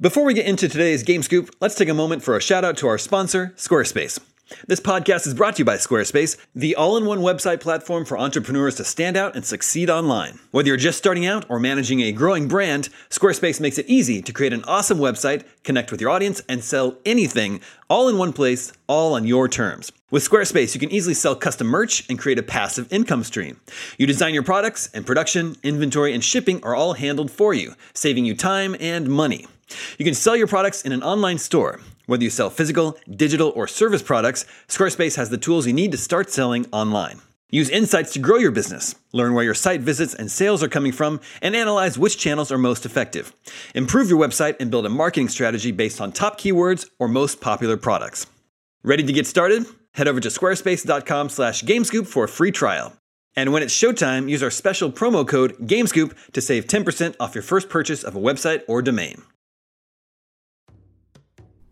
Before we get into today's Game Scoop, let's take a moment for a shout out to our sponsor, Squarespace. This podcast is brought to you by Squarespace, the all in one website platform for entrepreneurs to stand out and succeed online. Whether you're just starting out or managing a growing brand, Squarespace makes it easy to create an awesome website, connect with your audience, and sell anything all in one place, all on your terms. With Squarespace, you can easily sell custom merch and create a passive income stream. You design your products, and production, inventory, and shipping are all handled for you, saving you time and money. You can sell your products in an online store. Whether you sell physical, digital, or service products, Squarespace has the tools you need to start selling online. Use insights to grow your business, learn where your site visits and sales are coming from, and analyze which channels are most effective. Improve your website and build a marketing strategy based on top keywords or most popular products. Ready to get started? Head over to squarespace.com/gamescoop for a free trial. And when it's showtime, use our special promo code GAMESCOOP to save 10% off your first purchase of a website or domain.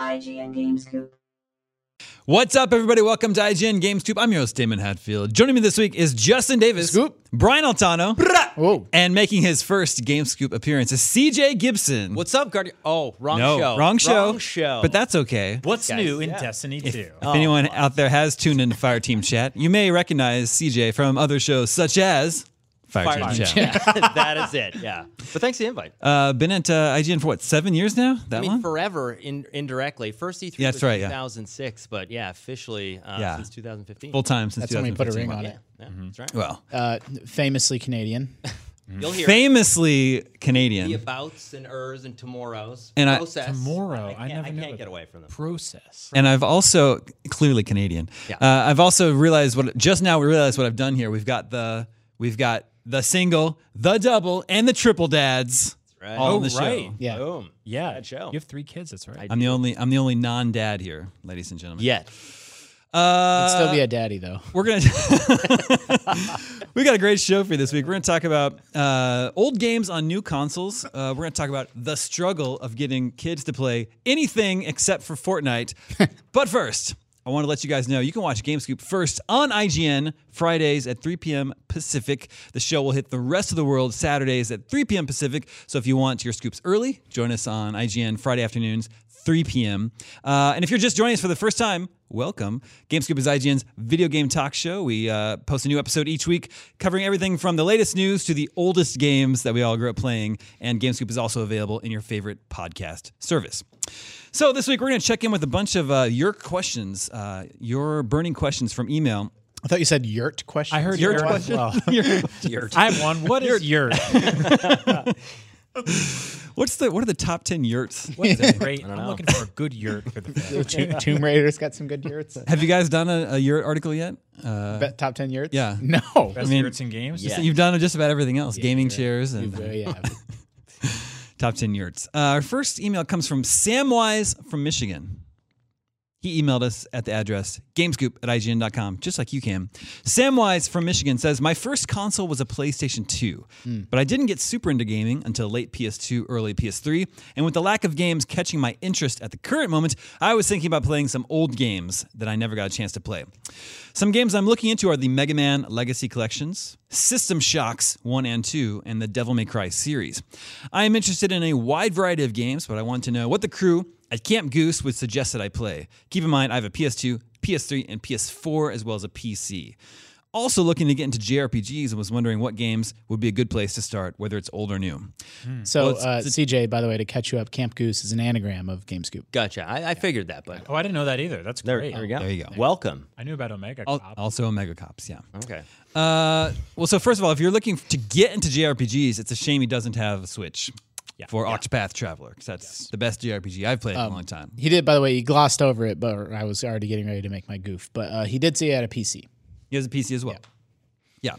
IGN Games Coop. What's up, everybody? Welcome to IGN GamesTube. I'm your host, Damon Hatfield. Joining me this week is Justin Davis, Scoop. Brian Altano, Whoa. and making his first Game Scoop appearance is CJ Gibson. What's up, Guardian? Oh, wrong no, show. Wrong show. show. But that's okay. What's Guys, new in yeah. Destiny 2? If anyone out there has tuned into Fire Team Chat, you may recognize CJ from other shows such as Fire, Fire Team, Team Chat. that is it. Yeah. But thanks for the invite. Uh, been at uh, IGN for what seven years now? That I mean, one. forever in, indirectly. First E3 Yeah, that's was right, yeah. 2006, but yeah, officially uh, Yeah. since 2015. Full time Mm-hmm. since That's when we put a 2015. ring on it. Yeah, that's right. Well, Uh, famously Canadian. Mm-hmm. You'll hear famously the Canadian. abouts and ers and tomorrows. And I- process. Tomorrow. I can't, I, never I knew can't about get that. away from them. Process. And I've also clearly Canadian. Yeah. Uh, I've also realized what just now we realized what I've done here. We've got the we've got the single, the double, and the triple dads right. all in Oh, the right. show. Yeah. Boom. Yeah. That show. You have three kids. That's right. I- I'm the only I'm the only non dad here, ladies and gentlemen. Yet. Uh, I'd still be a daddy though. we're gonna we got a great show for you this week. We're gonna talk about uh, old games on new consoles. Uh, we're gonna talk about the struggle of getting kids to play anything except for Fortnite. but first, I want to let you guys know you can watch Game Scoop first on IGN Fridays at 3 p.m. Pacific. The show will hit the rest of the world Saturdays at 3 p.m. Pacific. So if you want your scoops early, join us on IGN Friday afternoons. 3 p.m. Uh, and if you're just joining us for the first time, welcome. GameScoop is IGN's video game talk show. We uh, post a new episode each week covering everything from the latest news to the oldest games that we all grew up playing. And GameScoop is also available in your favorite podcast service. So this week we're going to check in with a bunch of uh, your questions, uh, your burning questions from email. I thought you said yurt question. I heard Your your question? Well, Your- I have one. What is your? What's the what are the top ten yurts? What is it? Great. I'm looking for a good yurt for the family. Tomb, Tomb Raider's got some good yurts. Have you guys done a, a yurt article yet? Bet- top ten yurts. yeah. No. Best mean, yurts in games. Yeah. You've done just about everything else: gaming chairs and Oh, yeah. Top 10 yurts. Uh, our first email comes from Samwise from Michigan. He emailed us at the address gamescoop at IGN.com, just like you can. Samwise from Michigan says, My first console was a PlayStation 2, but I didn't get super into gaming until late PS2, early PS3. And with the lack of games catching my interest at the current moment, I was thinking about playing some old games that I never got a chance to play. Some games I'm looking into are the Mega Man Legacy Collections, System Shocks 1 and 2, and the Devil May Cry series. I am interested in a wide variety of games, but I want to know what the crew at Camp Goose would suggest that I play. Keep in mind, I have a PS2, PS3, and PS4, as well as a PC. Also looking to get into JRPGs and was wondering what games would be a good place to start, whether it's old or new. So, uh, CJ, by the way, to catch you up, Camp Goose is an anagram of Game Scoop. Gotcha. I, I figured that, but Oh, I didn't know that either. That's there, great. there we go. There you go. Welcome. I knew about Omega Al- Cop. Also, Omega Cops, yeah. Okay. Uh, well, so first of all, if you're looking to get into JRPGs, it's a shame he doesn't have a Switch for Octopath Traveler because that's the best JRPG I've played in a long time. He did, by the way, he glossed over it, but or I was already getting ready to make my goof. But uh, he did say he had a PC. He has a PC as well. Yeah,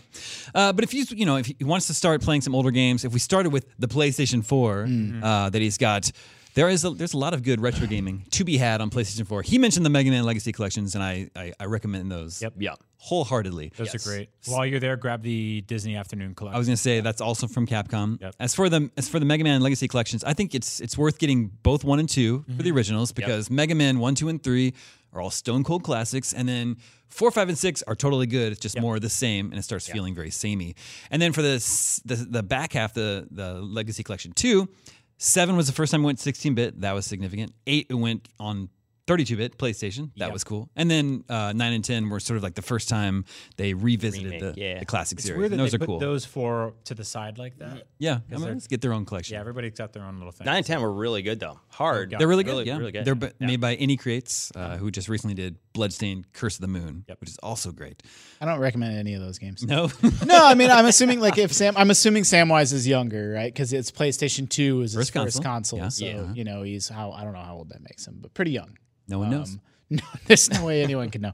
Uh, but if you you know if he wants to start playing some older games, if we started with the PlayStation 4 uh, that he's got, there is a, there's a lot of good retro gaming to be had on PlayStation 4. He mentioned the Mega Man Legacy collections, and I I, I recommend those. Yep. Yeah. wholeheartedly. Those are great. While you're there, grab the Disney Afternoon Collection. I was gonna say that's also from Capcom. Yep. As for the as for the Mega Man Legacy collections, I think it's it's worth getting both one and 2 for Mm-hmm. the originals because Mega Man one, two, and three are all stone cold classics, and then four, five, and six are totally good. It's just more of the same, and it starts feeling very samey. And then for the s- the, the back half, the the Legacy collection two, seven was the first time it went 16 bit. That was significant. Eight it went on 32 bit PlayStation. That was cool. And then uh, nine and ten were sort of like the first time they revisited Remake, the, yeah. the classic it's series. weird that and those they are put cool. those four to the side like that. Yeah, I mean, let's get their own collection. Yeah, everybody's got their own little thing. Nine and ten were really good though. Hard. They're really good. yeah, Really good. they're b- made by Any Creates, uh, who just recently did Bloodstained: Curse of the Moon, which is also great. I don't recommend any of those games. No, no, I mean, I'm assuming like if Sam, I'm assuming Samwise is younger, right? Because it's PlayStation Two is his First first console. console, Yeah. so Yeah. you know he's how I don't know how old that makes him, but pretty young. no one knows. Um, no, there's no way anyone could know.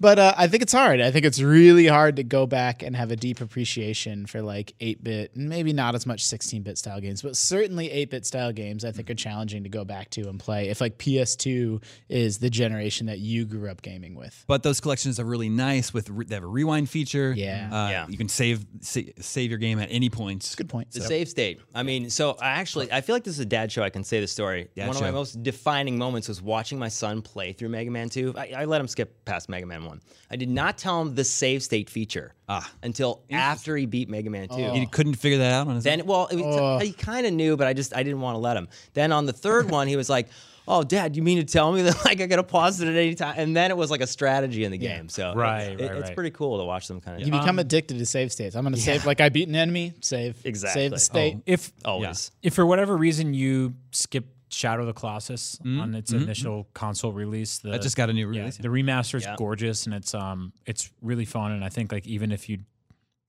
But uh, I think it's hard. I think it's really hard to go back and have a deep appreciation for like 8 bit, and maybe not as much 16 bit style games, but certainly 8 bit style games I think are challenging to go back to and play if like PS2 is the generation that you grew up gaming with. But those collections are really nice. With re- they have a rewind feature. Yeah. uh, Yeah. You can save sa- save your game at any point. Good point. The save state. I mean, so I actually, I feel like this is a dad show. I can say the story. Dad One of my show. most defining moments was watching my son play through Mega Man 2. I, I let him skip past Mega Man 1. I did not tell him the save state feature Ah. Oh. until after he beat Mega Man 2. He couldn't figure that out on his own. Then, well, it was, he kind of knew, but I just I didn't want to let him. Then on the third one, he was like, "Oh, Dad, you mean to tell me that like I gotta pause it at any time?" And then it was like a strategy in the game. So Right, it's, right, it's right. pretty cool to watch them kind of You Um, become addicted to save states. I'm going to save, like, I beat an enemy, save. Exactly. Save the state. Oh. If always. if for whatever reason you skip Shadow of the Colossus on its initial console release, the, Mm-hmm. That just got a new yeah, release. the remaster is Yeah. gorgeous and it's um it's really fun and I think like even if you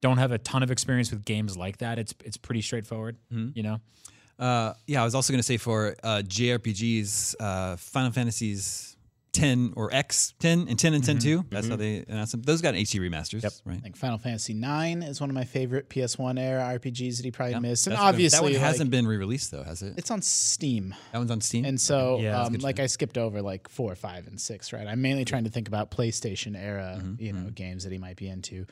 don't have a ton of experience with games like that, it's it's pretty straightforward. You know, Uh, yeah, I was also going to say for uh, JRPGs, uh, Final Fantasies 10 or X 10 and 10 and 10 too. That's how they announced them. Those got HD remasters, right? Like Final Fantasy IX is one of my favorite PS1 era RPGs that he probably missed, and That's been- obviously that one like, hasn't been re-released though, has it? It's on Steam. That one's on Steam. And so, Yeah, that's um, good like, I skipped over like four, five, and six, right? I'm mainly trying to think about PlayStation era, Mm-hmm, you know, games that he might be into.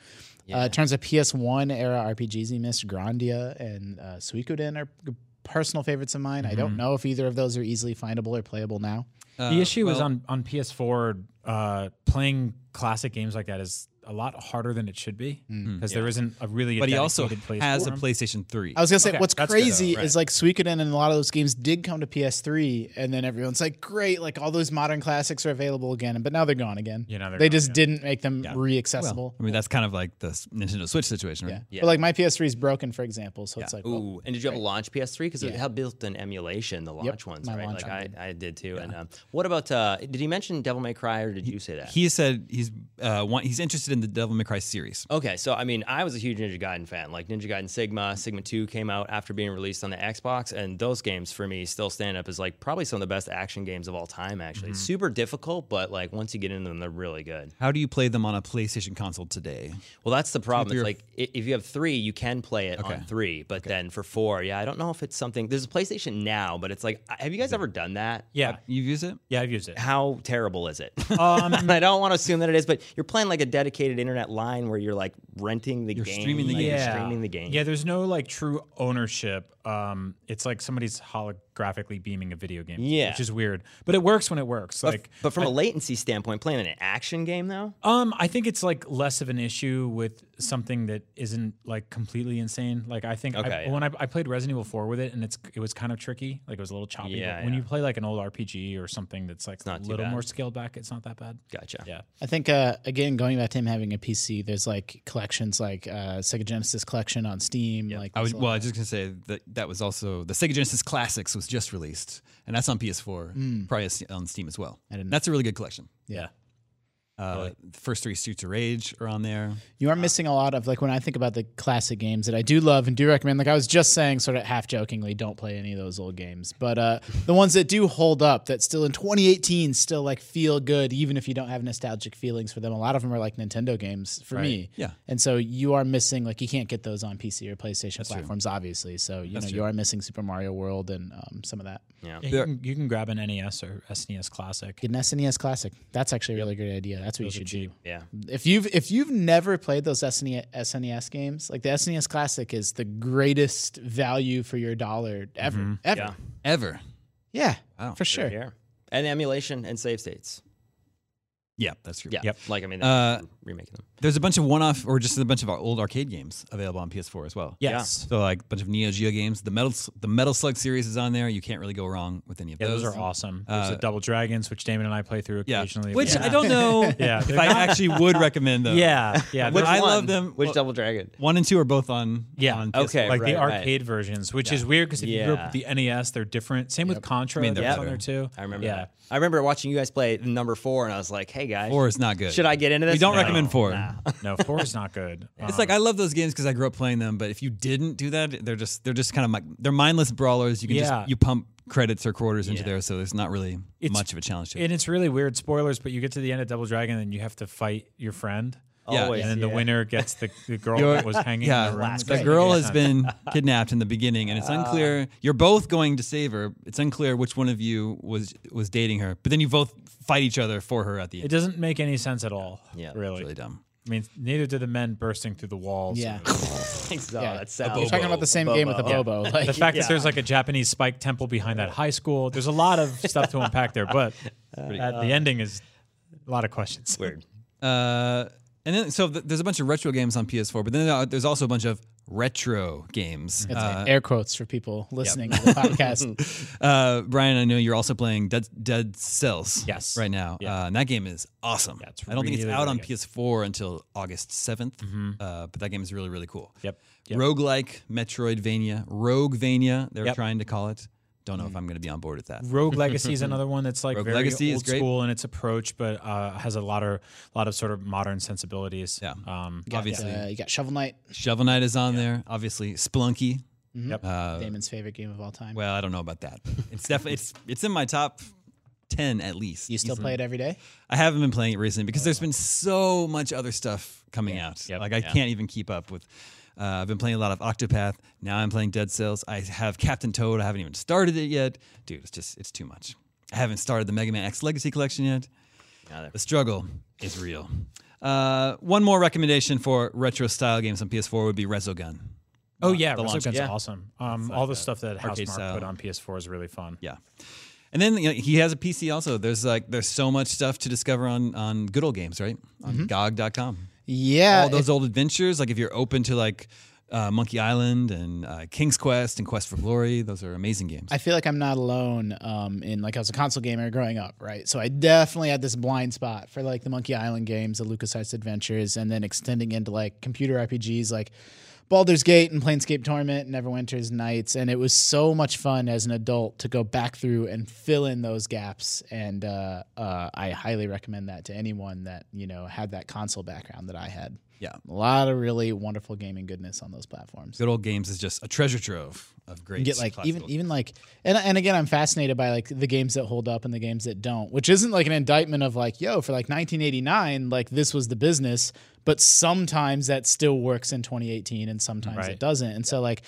Uh, in terms of PS1 era RPGs, he missed Grandia and uh, Suikoden are g- personal favorites of mine. I Mm-hmm. don't know if either of those are easily findable or playable now. the issue is on on PS4, uh, playing classic games like that is a lot harder than it should be because there isn't a really. but he also dedicated place has for a 'em. PlayStation 3. I was gonna say Okay, what's that's good, though, crazy right. is like Suikoden and a lot of those games did come to PS3, and then everyone's like, "Great! Like all those modern classics are available again," but now they're gone again. Yeah, now they're they gone, just yeah. didn't make them Well, re-accessible. I mean, that's kind of like the s- Nintendo Switch situation, right? yeah. Yeah. but like my PS3 is broken, for example. So it's like, well, Ooh, and did you have a launch PS3? Because it Yeah. had built-in emulation, the launch ones, my right? launch like one I, I did too. And um, what about? Uh, did he mention Devil May Cry, or did you say that? He said he's uh, want, he's interested in in the Devil May Cry series. Okay, so I mean, I was a huge Ninja Gaiden fan. Like Ninja Gaiden Sigma, Sigma 2 came out after being released on the Xbox, and those games for me still stand up as like probably some of the best action games of all time, actually. Mm-hmm. Super difficult, but like once you get into them, they're really good. How do you play them on a PlayStation console today? Well, that's the problem. It's you're- like i- if you have three, you can play it on three, but then for four, yeah, I don't know if it's something. There's a PlayStation now, but it's like, uh, have you guys ever done that? Yeah, You use it? yeah, I've used it. How terrible is it? Um, I don't want to assume that it is, but you're playing like a dedicated internet line where you're like renting the game, streaming the like, game. you're streaming the game. Yeah, there's no like true ownership. Um, it's like somebody's holographically beaming a video game. Yeah. which is weird, but it works when it works. But, Like, but from a latency standpoint, playing an action game though, um, I think it's like less of an issue with something that isn't like completely insane. Like, I think I- Okay, yeah. when I, I played Resident Evil 4 with it, and it's it was kind of tricky. Like, it was a little choppy. Yeah, but when yeah. you play like an old RPG or something that's like not a too little bad. more scaled back, it's not that bad. gotcha. Yeah. I think uh, again, going back to him having a PC, there's like collections like uh, Sega Genesis collection on Steam. Like I was there's a well, lot. I was just gonna say that that was also the Sega Genesis Classics was just released, and that's on PS4, probably s- on Steam as well. I Mm. didn't- That's a really good collection. Yeah. Uh, the first three Streets of Rage are on there. you are missing a lot of like when I think about the classic games that I do love and do recommend. Like I was just saying, sort of half jokingly, don't play any of those old games, but uh, the ones that do hold up, that still in 2018 still like feel good, even if you don't have nostalgic feelings for them. A lot of them are like Nintendo games for me. Yeah. and so you are missing like you can't get those on PC or PlayStation platforms, obviously. So you know you are missing Super Mario World and um, some of that. You can, you can grab an NES or SNES Classic. Get an SNES E Classic. That's actually a really great idea. That's what you should do. Yeah. If you've if you've never played those E, SNES, SNES games, like the SNES Classic is the greatest value for your dollar ever. Ever. Yeah. Yeah. Ever. Wow. For sure. Yeah. And emulation and save states. Yeah, that's true. Yeah. Yep. Like I mean, Uh, they're remaking them. There's a bunch of one-off or just a bunch of our old arcade games available on PS4 as well. Yes. So like a bunch of Neo Geo games. The Metal the Metal Slug series is on there. You can't really go wrong with any of Yeah, those. uh, those, are awesome. There's the Double Dragons, which Damon and I play through Yeah. occasionally. Which yeah. I don't know Yeah, if they're I not- actually would recommend those. Yeah, yeah. Which they're- I love them. Which Well- Double Dragon? One and two are both on. Yeah. On PS4. Okay. like the right, right. arcade versions, which is weird because if you grew up with the NES, they're different. Same with I Contra, mean, that they're was on there too. I remember. Yeah, That. I remember watching you guys play number four, and I was like, "Hey guys, Four is not good. should I get into this?" We don't No. recommend four. no, four is not good. Um, It's like I love those games because I grew up playing them. But if you didn't do that, they're just they're just kind of like they're mindless brawlers. You can Yeah. just you pump credits or quarters into there, so there's not really It's- much of a challenge. To it. and it's really weird. Spoilers, but you get to the end of Double Dragon and you have to fight your friend, Yeah, Always. and then the yeah. winner gets the, the girl You're- that was hanging. yeah, in the room. Uh. the girl has been kidnapped in the beginning, and it's unclear. You're both going to save her. It's unclear which one of you was was dating her, but then you both fight each other for her at the It end. doesn't make any sense at all. Yeah, really. It's really dumb. I mean, neither do the men bursting through the walls. Yeah. Oh, that sounds. You're talking about the same game with the Bobo. Like, The fact that there's like a Japanese spike temple behind that high school, there's a lot of stuff to unpack there, but at the ending is a lot of questions. weird. Uh, and then so th- there's a bunch of retro games on PS4, but then there are- there's also a bunch of retro games. it's Uh, like air quotes for people listening to the podcast. uh, Brian, I know you're also playing Dead, Dead Cells. Yes. Right now, uh, and that game is awesome. Yeah, it's I don't think it's really, out really on good. Mm-hmm. PS4 until August 7th, uh, but that game is really really cool. Yep. Rogue Roguelike, Metroidvania, Roguevania, they're Yep. trying to call it. Don't know if I'm going to be on board with that. Rogue Legacy is another one that's like Rogue very Legacy is old great. school in its approach, but uh, has a lot of lot of sort of modern sensibilities. Yeah. Um, Obviously, Uh, you got Shovel Knight, Shovel Knight is on there. Obviously, Splunky. Uh, Damon's favorite game of all time. Well, I don't know about that. but It's definitely it's it's in my top ten at least. you still play it every day? I haven't been playing it recently because there's been so much other stuff coming out. Oh, Yep. Like I can't even keep up with. Uh, I've been playing a lot of Octopath. Now I'm playing Dead Cells. I have Captain Toad. I haven't even started it yet, dude. It's just it's too much. I haven't started the Mega Man X Legacy Collection yet. The struggle is real. Uh, one more recommendation for retro style games on PS4 would be Resogun. Oh yeah, the launch- Resogun's yeah. awesome. Um, all the stuff that arcade Housemark style. put on PS4 is really fun. Yeah. And then you know, he has a PC also. There's like there's so much stuff to discover on on Mm-hmm. good old games, right? On GOG.com. Yeah. all those old adventures. Like if you're open to like uh, Monkey Island and uh, King's Quest and Quest for Glory. Those are amazing games. I feel like I'm not alone um, in like I was a console gamer growing up, right? So I definitely had this blind spot for like the Monkey Island games, the LucasArts adventures, and then extending into like computer RPGs like Baldur's Gate and Planescape Torment and Neverwinter's Nights. And it was so much fun as an adult to go back through and fill in those gaps. And uh, uh, I highly recommend that to anyone that, you know, had that console background that I had. Yeah. A lot of really wonderful gaming goodness on those platforms. Good old games is just a treasure trove of great. You get like even e- classical- even like and and again I'm fascinated by like the games that hold up and the games that don't, which isn't like an indictment of like yo for like 1989 like this was the business, but sometimes that still works in 2018 and sometimes Right. it doesn't, and so like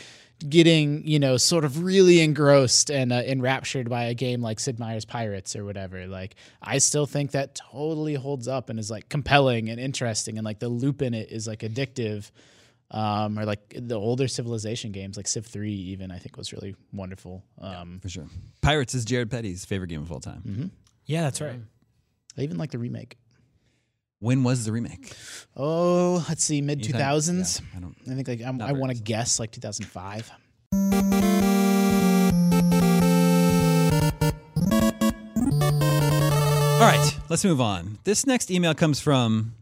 getting you know sort of really engrossed and uh, enraptured by a game like Sid Meier's Pirates or whatever, like I still think that totally holds up and is like compelling and interesting and like the loop in it is like addictive um, or like the older civilization games, like Civ Three, even I think was really wonderful. Um, for sure. Pirates is Jared Petty's favorite game of all time. Mm-hmm. Yeah, that's right. Mm-hmm. I even like the remake. When was the remake? Oh, let's see, mid two Anytime- thousands. Yeah, I don't. I think like I'm, Not I very want to recent. guess like two thousand five. All right, let's move on. This next email comes from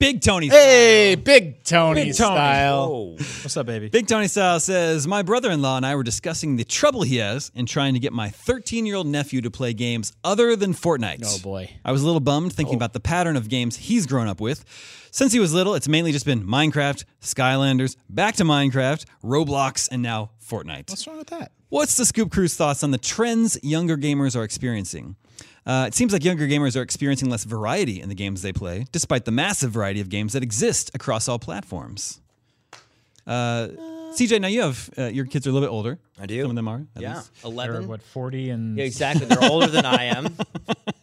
Big Tony. Hey, Big Tony style. Oh, What's up, baby? Big Tony Style says, My brother in law and I were discussing the trouble he has in trying to get my 13 year old nephew to play games other than Fortnite. Oh boy. Oh. I was a little bummed thinking about the pattern of games he's grown up with. Since he was little, it's mainly just been Minecraft, Skylanders, back to Minecraft, Roblox, and now Fortnite. What's wrong with that? What's the Scoop Crew's thoughts on the trends younger gamers are experiencing? Uh, it seems like younger gamers are experiencing less variety in the games they play, despite the massive variety of games that exist across all platforms. Uh, CJ, now you have uh, your kids are a little bit older. I do. Some of them are. at yeah, least. They're, 11. what, 40 and Yeah, exactly. They're older than I am.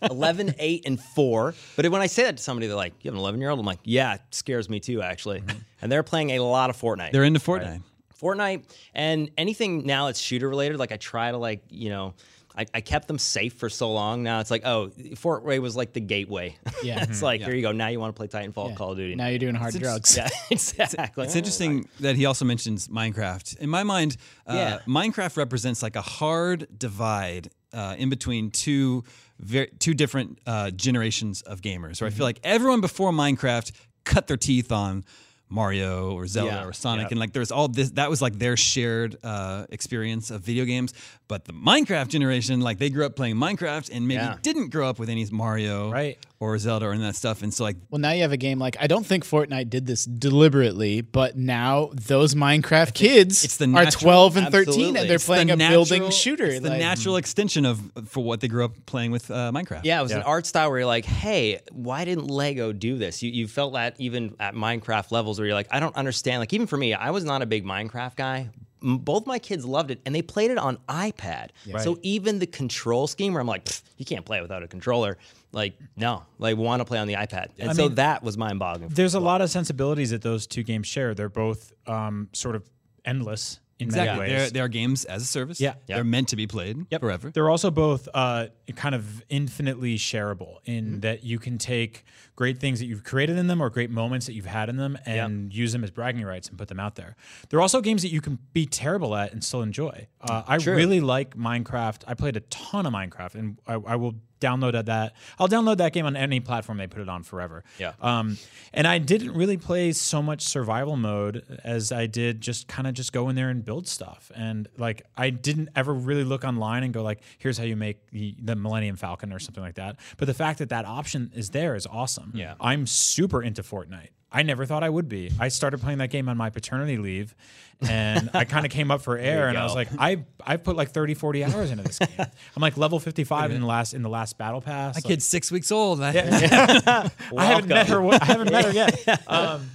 11, 8, and 4. But when I say that to somebody, they're like, You have an 11 year old? I'm like, Yeah, it scares me too, actually. Mm-hmm. And they're playing a lot of Fortnite. They're into Fortnite. Fortnite and anything now that's shooter related. Like I try to like you know. I, I kept them safe for so long. Now it's like, oh, Fort Ray was like the gateway. Yeah. it's like here you go. Now you want to play Titanfall, Yeah. Call of Duty. Now you're doing hard drugs. yeah, exactly. It's interesting that he also mentions Minecraft. In my mind, uh, Yeah. Minecraft represents like a hard divide uh, in between two ver- two different uh, generations of gamers. Where I feel Mm-hmm. like everyone before Minecraft cut their teeth on Mario or Zelda Yeah, or Sonic, yeah. and like there's all this. That was like their shared uh, experience of video games. But the Minecraft generation, like they grew up playing Minecraft and maybe Yeah. didn't grow up with any Mario Right. or Zelda or any of that stuff. And so like Well, now you have a game like I don't think Fortnite did this deliberately, but now those Minecraft kids it's the are natural- 12 and 13 absolutely. and they're It's playing the a building natural- shooter. It's the like- natural extension of for what they grew up playing with uh, Minecraft. Yeah, it was an art style where you're like, hey, why didn't Lego do this? You, you felt that even at Minecraft levels where you're like, I don't understand. Like, even for me, I was not a big Minecraft guy. M- Both my kids loved it and they played it on iPad. So even the control scheme where I'm like, "Pfft, you can't play it without a controller. Like, no, like, want to play on the iPad. And so that was mind boggling. There's a lot of sensibilities that those two games share. They're both um, sort of endless in exactly. many ways. They're, they're games as a service. Yeah. they're meant to be played forever. They're also both uh, kind of infinitely shareable in that you can take great things that you've created in them or great moments that you've had in them and use them as bragging rights and put them out there. They're also games that you can be terrible at and still enjoy. Uh, I really like Minecraft. I played a ton of Minecraft and I, I will download that. I'll download that game on any platform they put it on forever. Yeah. Um, and I didn't really play so much survival mode as I did just kind of just go in there and build stuff. And like I didn't ever really look online and go like, here's how you make the, the Millennium Falcon or something like that. But the fact that that option is there is awesome. Yeah. I'm super into Fortnite. I never thought I would be. I started playing that game on my paternity leave and I kind of came up for air and I was like, I I've put like 30 40 hours into this game. I'm like level 55 in the last in the last battle pass. My Like, kid's six weeks old. I- I haven't met her. I haven't met her yet. Um,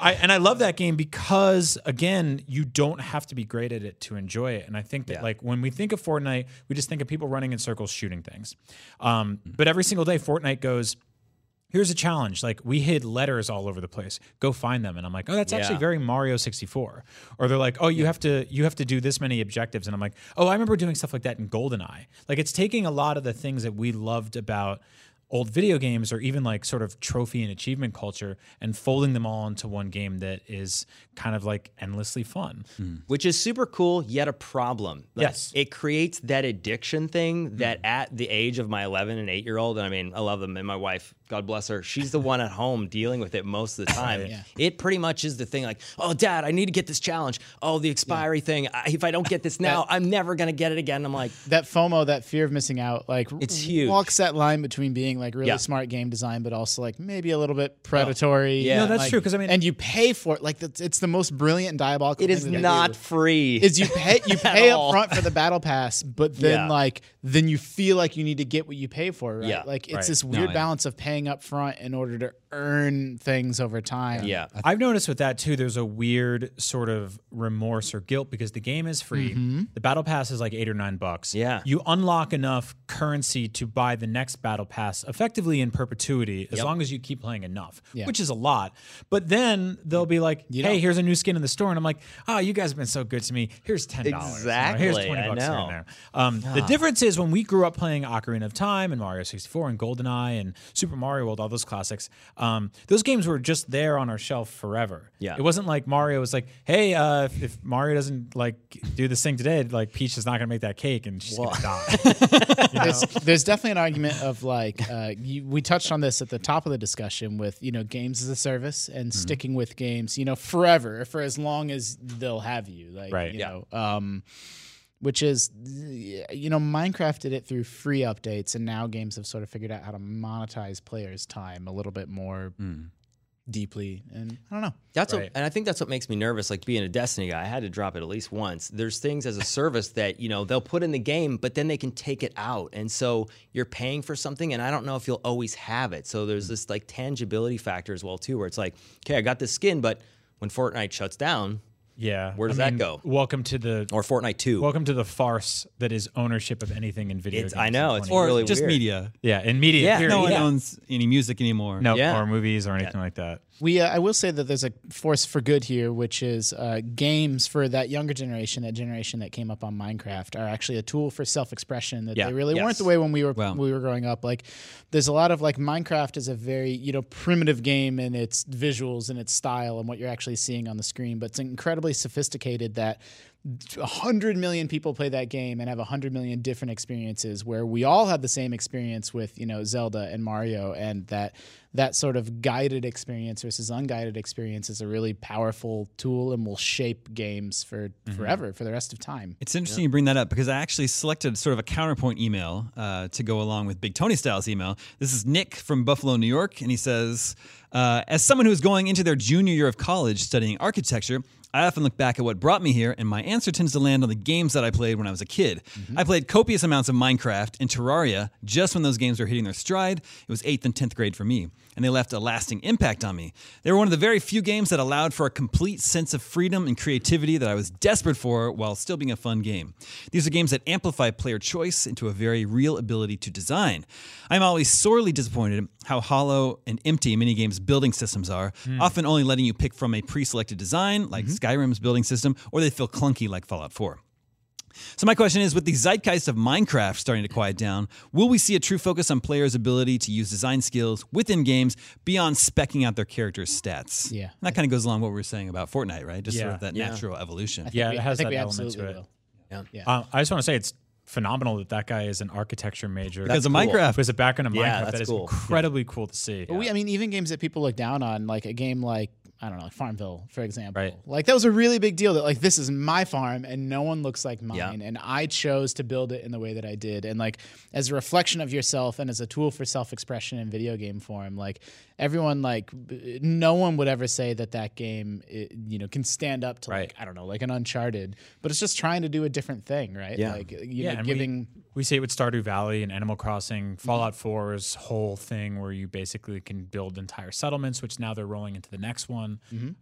I, and I love that game because again, you don't have to be great at it to enjoy it. And I think that like when we think of Fortnite, we just think of people running in circles shooting things. Um, but every single day, Fortnite goes. Here's a challenge. Like we hid letters all over the place. Go find them. And I'm like, oh, that's actually Yeah. very Mario 64. Or they're like, oh, you have to you have to do this many objectives. And I'm like, oh, I remember doing stuff like that in GoldenEye. Like it's taking a lot of the things that we loved about old video games or even like sort of trophy and achievement culture and folding them all into one game that is kind of like endlessly fun. which is super cool yet a problem Like, Yes. it creates that addiction thing that at the age of my 11 and 8 year old and i mean i love them and my wife god bless her she's the one at home dealing with it most of the time it pretty much is the thing like oh dad i need to get this challenge oh the expiry thing I, if i don't get this now i'm never going to get it again i'm like that FOMO, that fear of missing out, like It's huge. Walks that line between being like really Yeah. Oh. smart game design, but also like maybe a little bit predatory. Yeah. No, that's like- true, 'cause I mean- and you pay for it. Like that's, it's the most brilliant and diabolical. it is thing that they not do. free Is you pay you pay up all. front for the battle pass, but then Yeah. like then you feel like you need to get what you pay for, right? Yeah. Like it's Right. this weird I- balance of paying up front in order to earn things over time. yeah I've noticed with that too, there's a weird sort of remorse or guilt because the game is free. The battle pass is like eight or nine bucks. Yeah. You unlock enough currency to buy the next battle pass effectively in perpetuity as long as you keep playing enough, which is a lot. But then they'll be like, hey, here's a new skin in the store. And I'm like, oh, you guys have been so good to me. Here's $10. you know, Here's Exactly, 20 I bucks here know. and there. Um, The difference is when we grew up playing Ocarina of Time and Mario 64 and GoldenEye and Super Mario World, all those classics, um, those games were just there on our shelf forever. Yeah. It wasn't like Mario was like, hey, uh, if, if Mario doesn't like do this thing today, like Peach is not going to make that cake and she's going to die. there's, there's definitely an argument of like uh, you, we touched on this at the top of the discussion with you know games as a service and Mm-hmm. sticking with games you know forever for as long as they'll have you like Right. you Yeah. know um which is you know minecraft did it through free updates and now games have sort of figured out how to monetize players time a little bit more Hmm. deeply and i don't know That's Right. what, and I think that's what makes me nervous. Like being a Destiny guy, I had to drop it at least once. There's things as a service that you know they'll put in the game, but then they can take it out, and so you're paying for something, and I don't know if you'll always have it. So there's this like tangibility factor as well too, where it's like, okay, I got this skin, but when Fortnite shuts down, yeah. Where does that go? Welcome to the. or Fortnite Two, Welcome to the farce that is ownership of anything in video It's- games. I know, in it's 20. or really just weird. media. yeah, in media. Yeah. period. No one Yeah. owns any music anymore. No, Yeah. or movies or anything like that. We, uh, I will say that there's a force for good here, which is uh, games for that younger generation, that generation that came up on Minecraft, are actually a tool for self-expression that Yeah, they really yes. weren't the way when we were Well- we were growing up. Like, there's a lot of like Minecraft is a very you know primitive game in its visuals and its style and what you're actually seeing on the screen, but it's incredibly sophisticated that 100 million people play that game and have 100 million different experiences where we all have the same experience with you know zelda and mario and that that sort of guided experience versus unguided experience is a really powerful tool and will shape games for forever for the rest of time It's interesting you bring that up because I actually selected sort of a counterpoint email uh, to go along with Big Tony Styles' email. This is Nick from Buffalo, New York, and he says, uh, "As someone who is going into their junior year of college studying architecture, I often look back at what brought me here, and my answer tends to land on the games that I played when I was a kid. I played copious amounts of Minecraft and Terraria just when those games were hitting their stride. It was eighth and tenth grade for me, and they left a lasting impact on me. They were one of the very few games that allowed for a complete sense of freedom and creativity that I was desperate for while still being a fun game. These are games that amplify player choice into a very real ability to design. I'm always sorely disappointed how hollow and empty minigames building systems are, often only letting you pick from a pre selected design, like Skyrim's building system, or they feel clunky like Fallout 4. So my question is, with the zeitgeist of Minecraft starting to quiet down, will we see a true focus on players' ability to use design skills within games beyond specking out their characters' stats? Yeah. And that kind of goes along what we were saying about Fortnite, right? Just sort Yeah. of that Yeah. natural evolution. Yeah, We- it I has think that we element absolutely to it. will Um, I just want to say it's phenomenal that that guy is an architecture major Because of cool. Minecraft. Because a background of Yeah, Minecraft. that's That is cool. incredibly cool to see. But we, I mean, even games that people look down on, like a game like I don't know, like Farmville, for example. Right. Like that was a really big deal. That like this is my farm and no one looks like mine, Yeah. and I chose to build it in the way that I did. And like as a reflection of yourself and as a tool for self-expression in video game form, like everyone, like b- no one would ever say that that game, it, you know, can stand up to Right. like I don't know, like an Uncharted. But it's just trying to do a different thing, right? Yeah. Like you yeah, know, and giving. we, we see it with Stardew Valley and Animal Crossing, Fallout 4's whole thing where you basically can build entire settlements, which now they're rolling into the next one.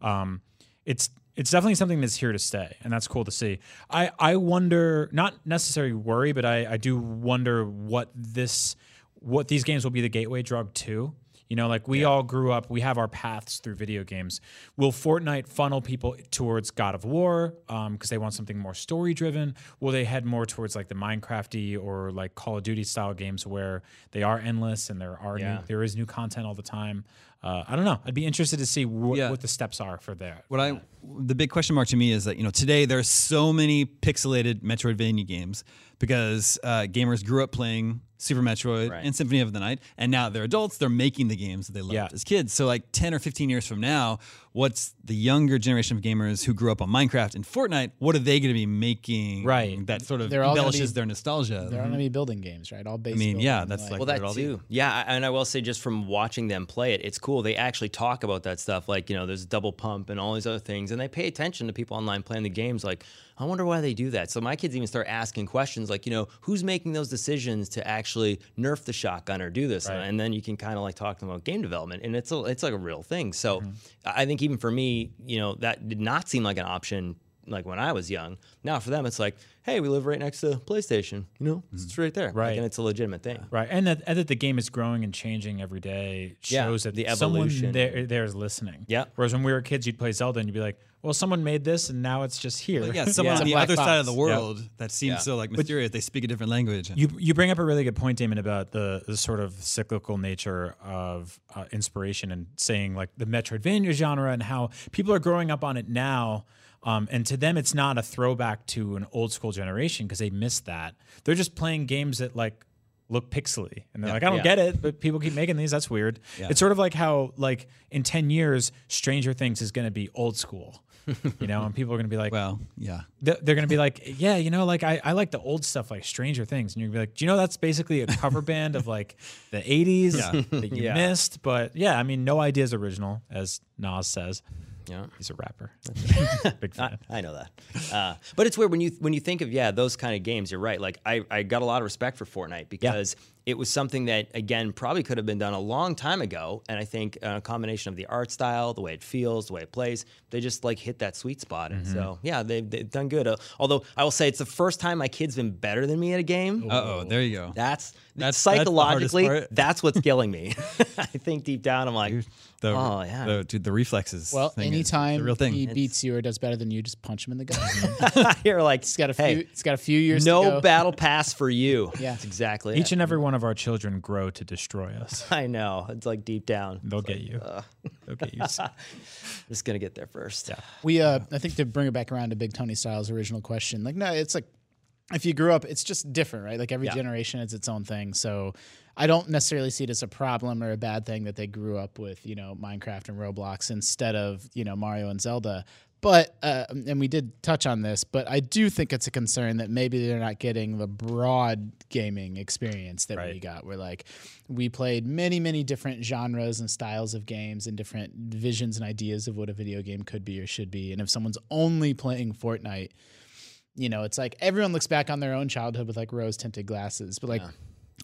Um, it's it's definitely something that's here to stay, and that's cool to see. I I wonder, not necessarily worry, but I I do wonder what this what these games will be the gateway drug to. You know, like we all grew up, we have our paths through video games. Will Fortnite funnel people towards God of War because they want something more story driven? Will they head more towards like the Minecrafty or like Call of Duty style games where they are endless and there are Yeah. new, there is new content all the time? Uh, I don't know. I'd be interested to see wh- Yeah. what the steps are for there. What I the big question mark to me is that you know today there are so many pixelated Metroidvania games because uh, gamers grew up playing Super Metroid Right. and Symphony of the Night, and now they're adults. They're making the games that they loved Yeah. as kids. So like ten or fifteen years from now, what's the younger generation of gamers who grew up on Minecraft and Fortnite? What are they going to be making? Right. that sort of They're all gonna embellishes be- their nostalgia. They're gonna be building games, right? All based. Mm-hmm. I mean, building, yeah, that's like, well, what that it'll too. be. Yeah, I- and I will say just from watching them play it, it's cool. They actually talk about that stuff, like you know, there's double pump and all these other things, and they pay attention to people online playing the games. Like, I wonder why they do that. So my kids even start asking questions, like you know, who's making those decisions to actually nerf the shotgun or do this, and then you can kind of like talk to them about game development, and it's a, it's like a real thing. So I I think even for me, you know, that did not seem like an option like when I was young. Now for them, it's like, hey, we live right next to PlayStation. You know, it's right there. Like, Right. and it's a legitimate thing. Right, and that, and that the game is growing and changing every day Yeah, shows that the someone evolution. there, there is listening. Yeah. Whereas when we were kids, you'd play Zelda and you'd be like, "Well, someone made this, and now it's just here." Yeah, someone Yeah. on It's a the black other side of the box. world that seems so like mysterious. they speak a different language. You you bring up a really good point, Damon, about the, the sort of cyclical nature of uh, inspiration and saying like the Metroidvania genre and how people are growing up on it now. Um, and to them, it's not a throwback to an old school generation because they missed that. They're just playing games that like look pixely, and they're like, I don't get it, but people keep making these. That's weird. It's sort of like how like in ten years, Stranger Things is going to be old school, you know, and people are going to be like, well, yeah. th- they're gonna be like, yeah, you know, like I, I like the old stuff, like Stranger Things, and you're gonna be like, do you know that's basically a cover band of like the '80s that you missed? But yeah, I mean, no ideas original, as Nas says. Yeah. he's a rapper. Big fan. I know that. Uh, but it's weird when you when you think of yeah those kind of games. You're right. Like I, I got a lot of respect for Fortnite because it was something that again probably could have been done a long time ago. And I think uh, a combination of the art style, the way it feels, the way it plays, they just like hit that sweet spot. And so Mm-hmm. yeah, they've, they've done good. Uh, although I will say it's the first time my kid's been better than me at a game. Uh oh, there you go. That's, That's- that's the hardest psychologically part. that's what's killing me. I think deep down I'm like, The, Oh, yeah. the, dude, the reflexes. Well, thing is anytime the real thing. he beats you or does better than you, just punch him in the gut. you're like, it's got a few. hey, it's got a few years. to no go. battle pass for you. Yeah. That's exactly. Each it. and every one of our children grow to destroy us. I know. It's like deep down. They'll get you. They'll get you. It's gonna get there first. Yeah. We, uh, I think, to bring it back around to Big Tony Styles' original question, like, no, it's like if you grew up, it's just different, right? Like every generation is its own thing. So I don't necessarily see it as a problem or a bad thing that they grew up with, you know, Minecraft and Roblox instead of you know Mario and Zelda. But uh, and we did touch on this, but I do think it's a concern that maybe they're not getting the broad gaming experience that we got. We're like, we played many, many different genres and styles of games and different visions and ideas of what a video game could be or should be. And if someone's only playing Fortnite, you know, it's like everyone looks back on their own childhood with like rose tinted glasses, but like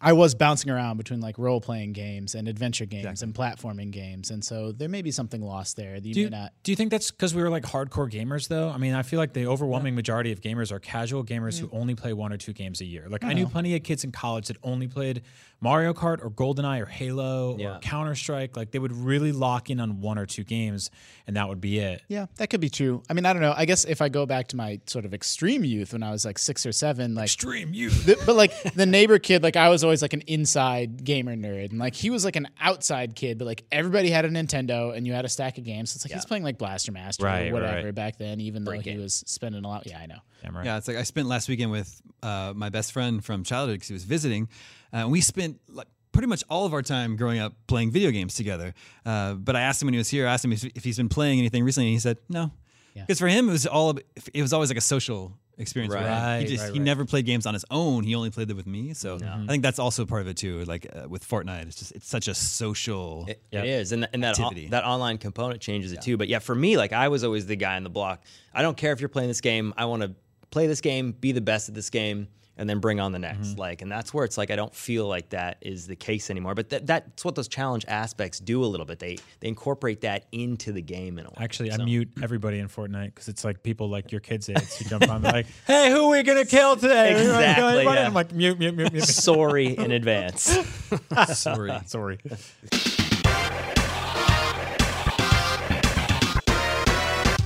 I was bouncing around between like role playing games and adventure games and platforming games, and so there may be something lost there that you Do you, may not. do you think that's because we were like hardcore gamers though? I mean, I feel like the overwhelming majority of gamers are casual gamers who only play one or two games a year. Like I knew plenty of kids in college that only played Mario Kart or GoldenEye or Halo or Counter Strike. Like they would really lock in on one or two games, and that would be it. Yeah, that could be true. I mean, I don't know. I guess if I go back to my sort of extreme youth when I was like six or seven, like Dream you. the, but like the neighbor kid, like I was always like an inside gamer nerd, and like he was like an outside kid, but like everybody had a Nintendo and you had a stack of games. So it's like he's playing like Blaster Master Right, right, or whatever right. back then, even though he was spending a lot. Yeah, I know. Yeah, it's like I spent last weekend with uh, my best friend from childhood because he was visiting. Uh, and we spent like pretty much all of our time growing up playing video games together. Uh, but I asked him when he was here. I asked him if, if he's been playing anything recently, and he said no. Because for him, it was all ab- it was always like a social experience. for him. Right, He just right, he right. never played games on his own. He only played them with me. So I think that's also part of it too. Like uh, with Fortnite, it's just it's such a social. It, it is, and, th- and that o- Activity. that online component changes it too. But yeah, for me, like I was always the guy in the block. I don't care if you're playing this game. I want to play this game, be the best at this game, and then bring on the next. Mm-hmm. Like, and that's where it's like I don't feel like that is the case anymore. But that that's what those challenge aspects do a little bit. They they incorporate that into the game in a way. Actually, I mute everybody in Fortnite because it's like people like your kids' age who jump on they're like, "Hey, who are we gonna kill today?" Exactly, Anybody? yeah. I'm like, mute, mute, mute, mute. Sorry in advance. Sorry. Sorry.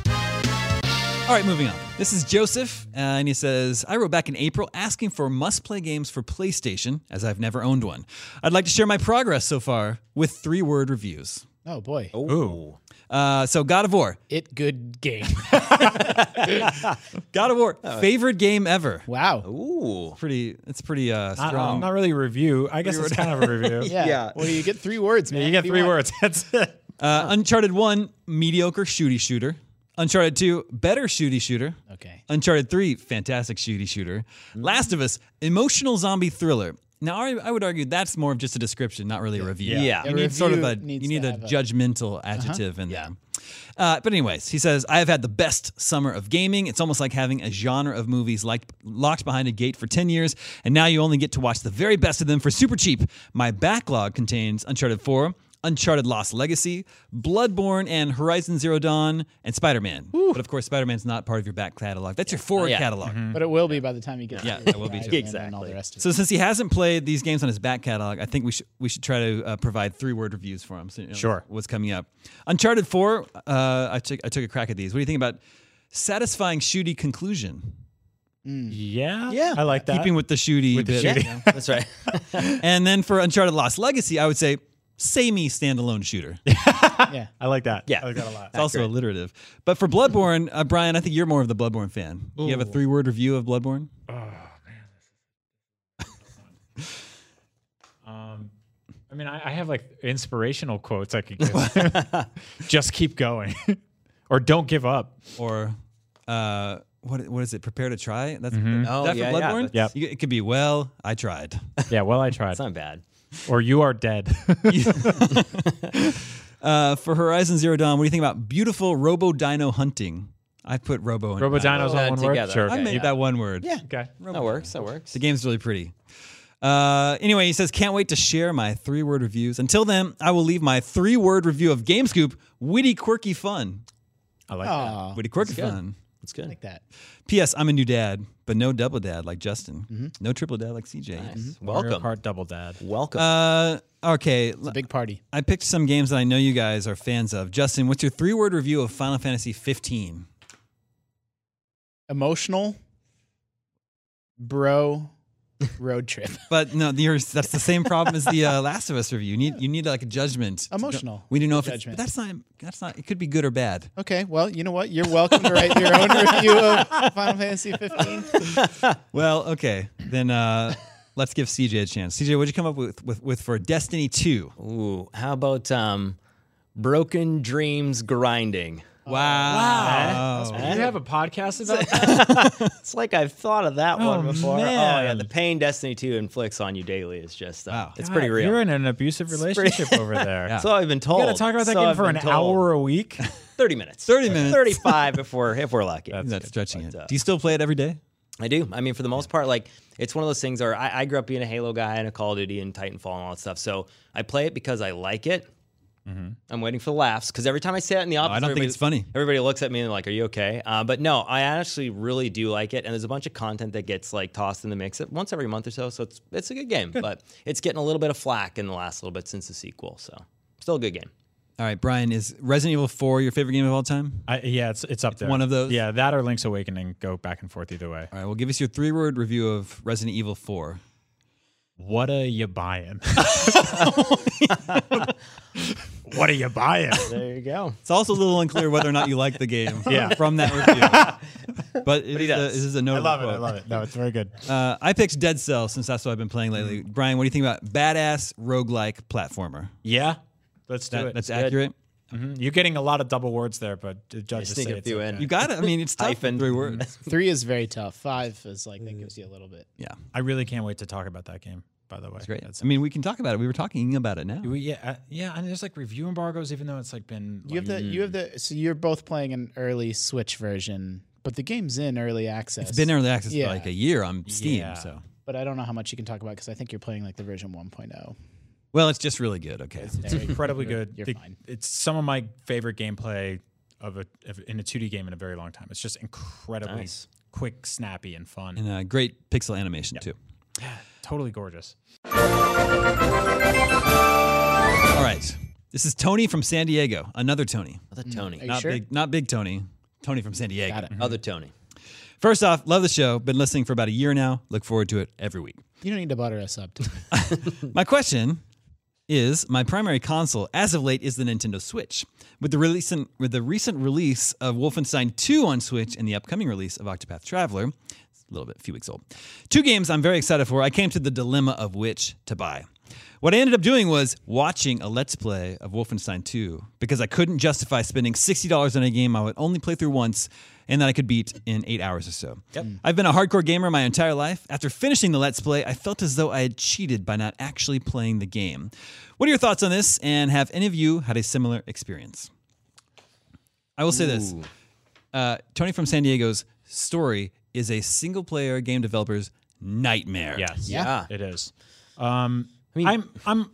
All right, moving on. This is Joseph, uh, and he says, I wrote back in April asking for must play games for PlayStation, as I've never owned one. I'd like to share my progress so far with three word reviews. Oh boy, Ooh. Uh, so, God of War. it good game. God of War, favorite game ever. Wow. Ooh. Pretty, it's pretty uh, Not, strong. not really a review. I guess it's kind of a review. Yeah. Yeah. Well, you get three words, man. You get If three want. words. That's it. Uh, Uncharted 1, mediocre shooty shooter. Uncharted 2, better shooty shooter. Okay. Uncharted 3, fantastic shooty shooter. Mm. Last of Us, emotional zombie thriller. Now, I, I would argue that's more of just a description, not really a review. Yeah. Yeah. You A need sort of review a needs you to need a have a- judgmental Uh-huh. adjective in there. Uh, but anyways, he says I have had the best summer of gaming. It's almost like having a genre of movies like locked behind a gate for ten years, and now you only get to watch the very best of them for super cheap. My backlog contains Uncharted Four, Uncharted Lost Legacy, Bloodborne, and Horizon Zero Dawn, and Spider Man. But of course, Spider Man's not part of your back catalog. That's your forward yeah. Mm-hmm. catalog. But it will be by the time you get. Yeah, to that will be Horizon too. And all Exactly. the rest of So since he hasn't played these games on his back catalog, I think we should we should try to uh, provide three word reviews for him. So you know Sure. what's coming up? Uncharted Four. Uh, I took I took a crack at these. What do you think about satisfying shooty conclusion? Yeah. Yeah. I like that. Keeping with the shooty With the bit. shooty. Yeah. That's right. and then for Uncharted Lost Legacy, I would say samey standalone shooter. It's it. Yeah. I like that. Yeah. I like that a lot. also alliterative. But for Bloodborne, uh, Brian, I think you're more of the Bloodborne fan. You have a three word review of Bloodborne. I mean, I, I have like inspirational quotes I could give. Just keep going, or don't give up. or uh, what what is it? Prepare to try. That's Mm-hmm. Oh, that for yeah, yeah, Bloodborne. that's- You- It could be well. I tried. Yeah. Well, I tried. It's not bad. or you are dead. uh, for Horizon Zero Dawn, what do you think about beautiful Robo Dino hunting? I put Robo in. Robo Dino's Uh, on one word. together. Sure. I Okay, made yeah. that one word. Yeah. Okay. That works. That works. The game's really pretty. Uh, anyway, he says, can't wait to share my three word reviews. Until then, I will leave my three word review of GameScoop witty, quirky, fun. I like that. Aw, Witty, quirky, fun. It's good. like that. P.S. I'm a new dad, but no double dad like Justin. No triple dad like CJ. Nice. Mario Mm-hmm. Welcome. Kart double dad. Welcome. Uh, okay. l- Big party. I picked some games that I know you guys are fans of. Justin, what's your three word review of Final Fantasy 15? Emotional. Bro. Road trip. But no, yours that's the same problem as the uh, Last of Us review. You need you need like a judgment. Emotional We don't know if it's, judgment. but that's not that's not. It could be good or bad. Okay, well, you know what? You're welcome to write your own review of Final Fantasy 15. Well, okay, then uh, let's give CJ a chance. CJ, what'd you come up with with, with for Destiny Two? Ooh. How about um, broken dreams grinding? Wow, wow. Oh, Do you have a podcast about that? It's like I've thought of that one before. Oh yeah, man. the pain Destiny 2 inflicts on you daily is just uh, Wow. it's pretty real. You're in an abusive relationship over there. Yeah. so I've been told. You gotta talk about that So game I've for an been told. hour a week. 30 minutes. 30 minutes. 35 if we're if we're lucky. That's, stretching it. But, uh, Do you still play it every day? I do. I mean, for the most part, like it's one of those things where I, I grew up being a Halo guy and a Call of Duty and Titanfall and all that stuff. So I play it because I like it. I'm waiting for the laughs because every time I say that in the office, Mm-hmm. Oh, I don't think everybody- it's funny. Everybody looks at me and they're like, "Are you okay?" Uh, but no, I actually really do like it. And there's a bunch of content that gets like tossed in the mix at- once every month or so. So it's it's a good game, but it's getting a little bit of flack in the last little bit since the sequel. So still a good game. All right, Brian, is Resident Evil Four your favorite game of all time? I, yeah, it's it's up there. one of those? Yeah, that or Link's Awakening go back and forth either way. All right, well, give us your three word review of Resident Evil Four. What are you buying? what are you buying? There you go. It's also a little unclear whether or not you like the game. Yeah. from that review. But, it is, a, does. this is a no. I love it. I love it. No, it's very good. Uh, I picked Dead Cell since that's what I've been playing lately. Brian, what do you think about badass roguelike platformer? Yeah, let's do That, it. that's good. accurate. Mhm. You're getting a lot of double words there, but uh, judges Sneak say a it's few okay. in. You got it. I mean, it's tough. Hyphen. Mm-hmm. Three words. Three is very tough. Five is like, that gives you a little bit. Yeah, I really can't wait to talk about that game. By the way, great. That's- I mean, we can talk about it. We were talking about it now. we, yeah, uh, yeah. And there's like review embargoes, even though it's like been. You have the, you have the, so you're both playing an early Switch version, but the game's in early access. It's been early access Yeah. for like a year on Steam. Yeah. So, But I don't know how much you can talk about because I think you're playing like the version oh. 1.0. well, it's just really good. Okay. It's incredibly good. you're The- fine. It's some of my favorite gameplay of a of, in a 2D game in a very long time. It's just incredibly Nice. quick, snappy, and fun. And uh, great pixel animation too. totally gorgeous. All right. This is Tony from San Diego. Another Tony. The Tony. Are you Not Mm-hmm. sure? big. Not big Tony. Tony from San Diego. Got it. Other Tony. First off, love the show. Been listening for about a year now. Look forward to it every week. You don't need to butter us up. To My question is my primary console as of late is the Nintendo Switch. With the release and, with the recent release of Wolfenstein 2 on Switch and the upcoming release of Octopath Traveler, it's a little bit a few weeks old. Two games I'm very excited for. I came to the dilemma of which to buy. What I ended up doing was watching a let's play of Wolfenstein 2 because I couldn't justify spending $60 on a game I would only play through once and that I could beat in eight hours or so. I've been a hardcore gamer my entire life. After finishing the Let's Play, I felt as though I had cheated by not actually playing the game. What are your thoughts on this? And have any of you had a similar experience? I will say this uh, Tony from San Diego's story is a single player game developer's nightmare. Yes. Yeah. It is. Um, I am I'm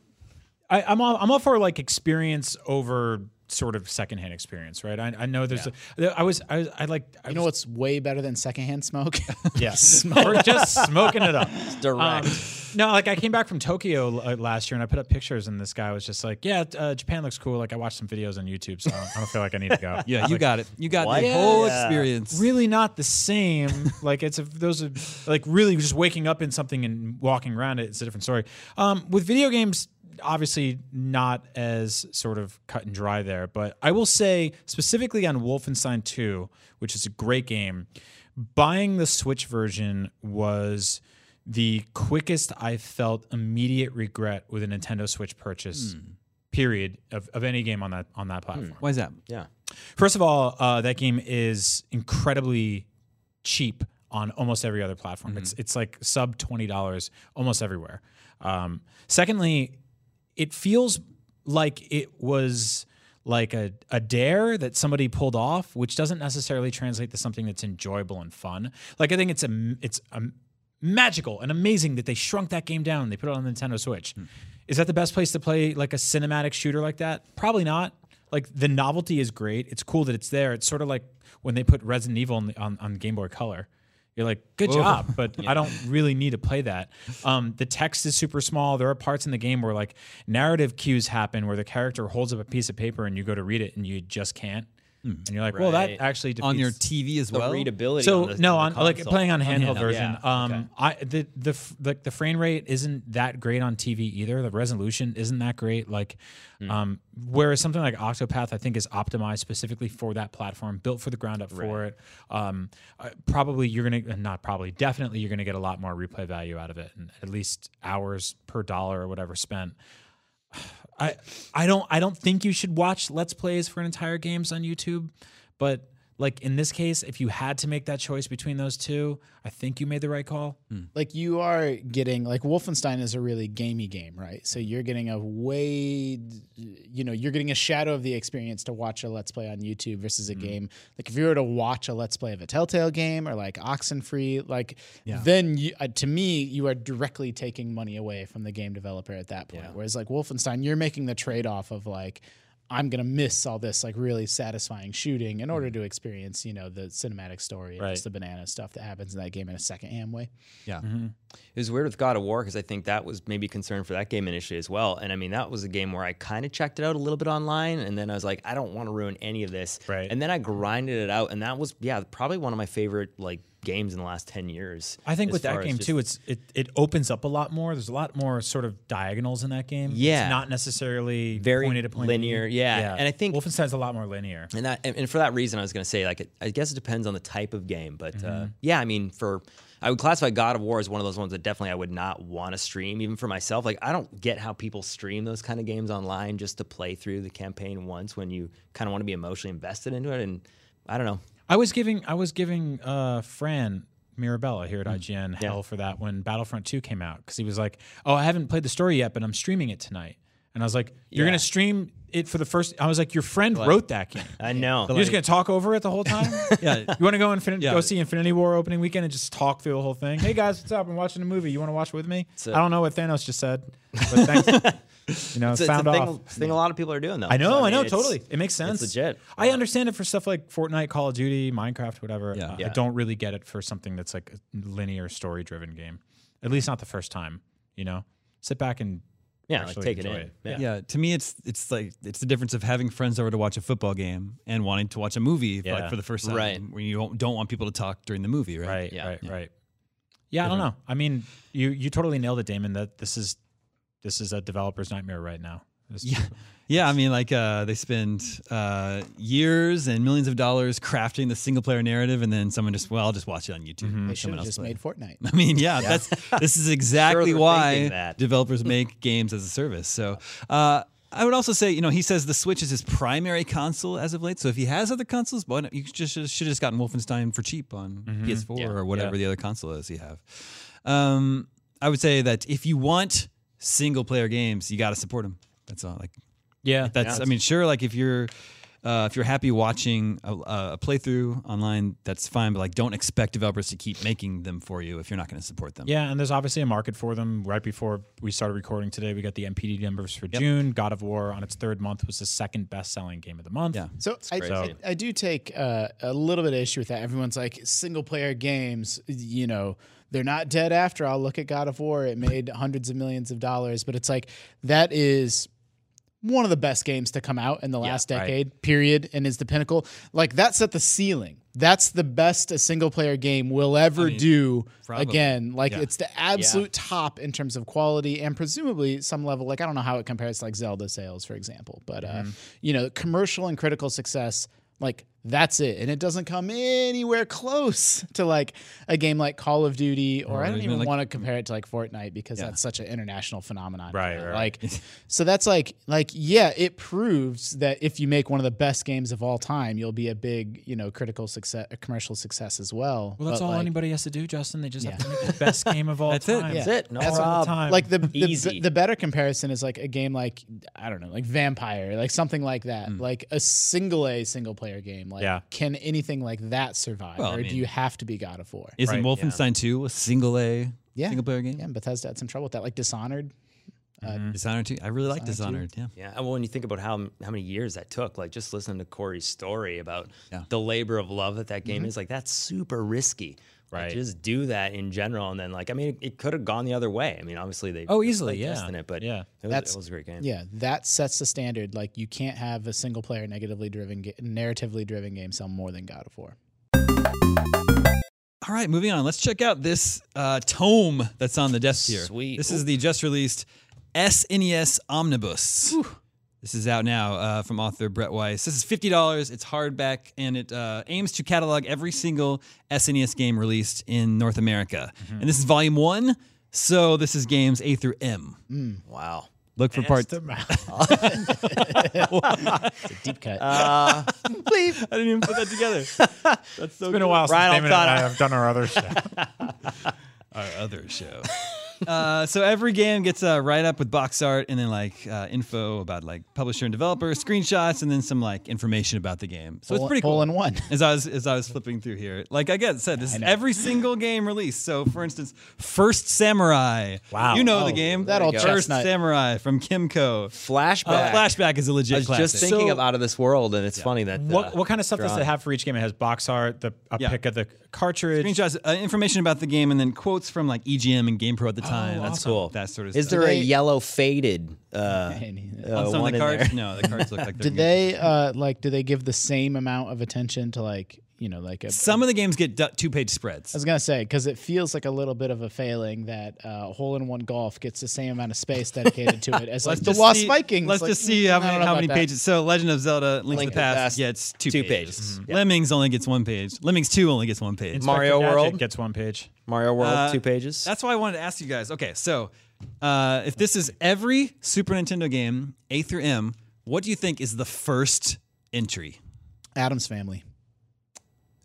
I, I'm all, I'm all for like experience over sort of secondhand experience, right? I, I know there's a, I was I was I like I you know what's was, way better than secondhand smoke? yes Um, we're just smoking it up. Direct. No, like I came back from Tokyo uh, last year and I put up pictures and this guy was just like, yeah, uh, Japan looks cool. Like I watched some videos on YouTube, so I don't, I don't feel like I need to go. Yeah, you got it. You got Why- the whole Yeah. experience. really not the same. like it's a, those are like really just waking up in something and walking around it. It's a different story. Um, with video games, obviously not as sort of cut and dry there. But I will say specifically on Wolfenstein 2, which is a great game. Buying the Switch version was the quickest I felt immediate regret with a Nintendo Switch purchase. Period of, of any game on that on that platform. Why is that? Yeah. First of all, uh, that game is incredibly cheap on almost every other platform. It's it's like sub twenty dollars almost everywhere. Um, secondly, it feels like it was like a, a dare that somebody pulled off, which doesn't necessarily translate to something that's enjoyable and fun. Like I think it's a it's a magical and amazing that they shrunk that game down. And they put it on the Nintendo Switch. Hmm. Is that the best place to play like a cinematic shooter like that? Probably not. Like the novelty is great. It's cool that it's there. It's sort of like when they put Resident Evil on, the, on, on Game Boy Color. You're like, good job, but I don't really need to play that. Um, the text is super small. There are parts in the game where like narrative cues happen where the character holds up a piece of paper and you go to read it and you just can't. And you're like, well, that Right. actually defeats Hmm. On your TV as The well. readability. so on the, no, the on like console. Oh, playing on handheld version. Yeah, Um, I the the f- like the frame rate isn't that great on TV either. The resolution isn't that great. Like, Hmm. um, whereas something like Octopath, I think, is optimized specifically for that platform, built for the ground up for it. Um, uh, probably you're gonna uh, not probably definitely you're gonna get a lot more replay value out of it, and at least hours per dollar or whatever spent. I I don't I don't think you should watch let's plays for entire games on YouTube, but like in this case, if you had to make that choice between those two, I think you made the right call. Hmm. like you are getting like Wolfenstein is a really gamey game, right? So you're getting a way, you know, you're getting a shadow of the experience to watch a Let's Play on YouTube versus a game. Like if you were to watch a Let's Play of a Telltale game or like Oxenfree, like then you, uh, to me you are directly taking money away from the game developer at that point. Whereas like Wolfenstein, you're making the trade off of like. I'm gonna miss all this like really satisfying shooting in order to experience, you know, the cinematic story, and just the banana stuff that happens in that game in a secondhand way. It was weird with God of War because I think that was maybe concern for that game initially as well. And I mean, that was a game where I kind of checked it out a little bit online, and then I was like, I don't want to ruin any of this. Right. And then I grinded it out, and that was yeah, probably one of my favorite like games in the last ten years. I think as with far that as game just- too, it's it, it opens up a lot more. There's a lot more sort of diagonals in that game. Yeah. it's not necessarily Very point A to point B. linear, yeah. And I think- Wolfenstein's a lot more linear. And that, and, and for that reason, I was going to say, like, it, I guess it depends on the type of game, but Mm-hmm. uh, yeah, I mean, for I would classify God of War as one of those ones that definitely I would not want to stream, even for myself. Like, I don't get how people stream those kind of games online just to play through the campaign once when you kind of want to be emotionally invested into it. And I don't know. I was giving I was giving uh, Fran Mirabella here at Mm. IGN hell for that when Battlefront 2 came out because he was like, "Oh, I haven't played the story yet, but I'm streaming it tonight." And I was like, "You're Yeah. gonna stream it for the first I was like, "Your friend wrote that game. I know. You're just gonna talk over it the whole time." Yeah. You want to go infin- Yeah. go see Infinity War opening weekend and just talk through the whole thing? Hey guys, what's up? I'm watching a movie. You want to watch it with me? I I don't know what Thanos just said, but thanks. you know, It's, a- it's sound a off. thing, thing a lot of people are doing though. I know, So, I, mean, know, it's- totally. It makes sense. legit. I understand it for stuff like Fortnite, Call of Duty, Minecraft, whatever. Yeah. Uh, Yeah. I don't really get it for something that's like a linear story driven game. At least not the first time, you know? Sit back and Yeah, like actually take it in. enjoy it. Yeah. Yeah, to me, it's it's like it's the difference of having friends over to watch a football game and wanting to watch a movie for, like Yeah. for the first time, Right. Where you don't, don't want people to talk during the movie, right? Right, Yeah. right, right. Yeah, I don't know. I mean, you you totally nailed it, Damon. That this is this is a developer's nightmare right now. This- Yeah, yeah. I mean, like uh, they spend uh, years and millions of dollars crafting the single player narrative, and then someone just well, I'll just watch it on YouTube. Mm-hmm. and They should Mm-hmm. someone have else just play. made Fortnite. I mean, yeah, that's this is exactly they're why thinking that. developers make games as a service. So uh, I would also say, you know, he says the Switch is his primary console as of late. So if he has other consoles, why not? You just should have just gotten Wolfenstein for cheap on Mm-hmm. PS4 or whatever the other console is you have. Um, I would say that if you want single player games, you got to support them. That's all. Like yeah. that's I mean, sure. Like if you're uh, if you're happy watching a, a playthrough online, that's fine. But like, don't expect developers to keep making them for you if you're not going to support them. Yeah, and there's obviously a market for them. Right before we started recording today, we got the MPD numbers for June. God of War on its third month was the second best-selling game of the month. Yeah. So I, I, crazy. I do take uh, a little bit of issue with that. Everyone's like single player games, you know, they're not dead after all. Look at God of War; it made hundreds of millions of dollars, but it's like that is one of the best games to come out in the last decade, period, and is the pinnacle. Like that's at the ceiling. That's the best a single player game will ever do probably. again. Like Yeah. it's the absolute top in terms of quality and presumably some level. Like I don't know how it compares to like Zelda sales, for example, but Mm-hmm. uh, you know, commercial and critical success. Like that's it, and it doesn't come anywhere close to like a game like Call of Duty, or I don't even even like- want to compare it to like Fortnite because Yeah. that's such an international phenomenon. Right, now. right. Like like, so that's like, like, yeah, it proves that if you make one of the best games of all time, you'll be a big, you know, critical success, a commercial success as well. Well, that's But, all like, anybody has to do, Justin. They just have to make the best game of all That's it. time. Yeah. That's it. No That's all problem. the time. Like the, the Easy. the better comparison is like a game like I don't know, like Vampire, like something like that, like a single A single player game. Like, Yeah. can anything like that survive, Well, I or mean- do you have to be God of War? Isn't Right, Wolfenstein 2 a single A Yeah. single player game? Yeah, and Bethesda had some trouble with that, like Dishonored. Mm-hmm. Dishonored 2. I really like Dishonored. Yeah. Yeah, and well, when you think about how how many years that took, like just listening to Corey's story about Yeah. the labor of love that that game is, like that's super risky. Like, Right. just do that in general, and then like I mean, it, could have gone the other way. I mean, obviously they Oh, they easily, played yeah. testing it, but Yeah. yeah, it was, That's- it was a great game. Yeah, that sets the standard. Like, you can't have a single player negatively driven, ga- narratively driven game sell more than God of War. All right, moving on. Let's check out this uh, tome that's on the desk here. Sweet. This is the just released SNES Omnibus. This is out now uh, from author Brett Weiss. This is fifty dollars. It's hardback, and it uh, aims to catalog every single SNES game released in North America. And this is volume one, so this is games A through M. Wow. Look for parts. Deep cut. I didn't even put that together. it's been a while since Ryan, Damon and I'm I have done our other show. our other show. uh, so every game gets a write up with box art and then like uh, info about like publisher and developer, screenshots, and then some like information about the game. So it's Hole- pretty cool. hole in one. As I was as I was flipping through here, like I guess said, this is every single game released. So for instance, First Samurai. Wow. you know the Oh, game. that old First chestnut. Samurai from Kimco. Oh, Flashback. Uh, Flashback is a legit I was classic. just thinking So- of Out of This World, and it's funny that uh, what what kind of stuff does drawn. it have for each game? It has box art, the a Yeah. pick of the cartridge. Screenshots, uh, information about the game, and then quotes from like EGM and GamePro at the time. That's cool. That sort of Is stuff. there a They- yellow faded uh, uh, on some one of the in cards? there? No, the cards look like they're Did they uh, like? Do they give the same amount of attention to like you know like a? Some of the games get two page I spreads. was gonna say because it feels like a little bit of a failing that uh, hole in one golf gets the same amount of space dedicated to it as like the Lost see, Vikings. Let's Like, just see mm, how I don't many, know how about many that. pages. So Legend of Zelda: Link, to the Past, yeah, it's two, two pages. pages. Mhm. Lemmings only gets one page. Lemmings two only gets one page. Inspector Mario Gadget World? gets one page. Mario World, Uh, two pages. That's why I wanted to ask you guys. Okay, so uh, if this is every Super Nintendo game A through M, what do you think is the first entry? Adam's family.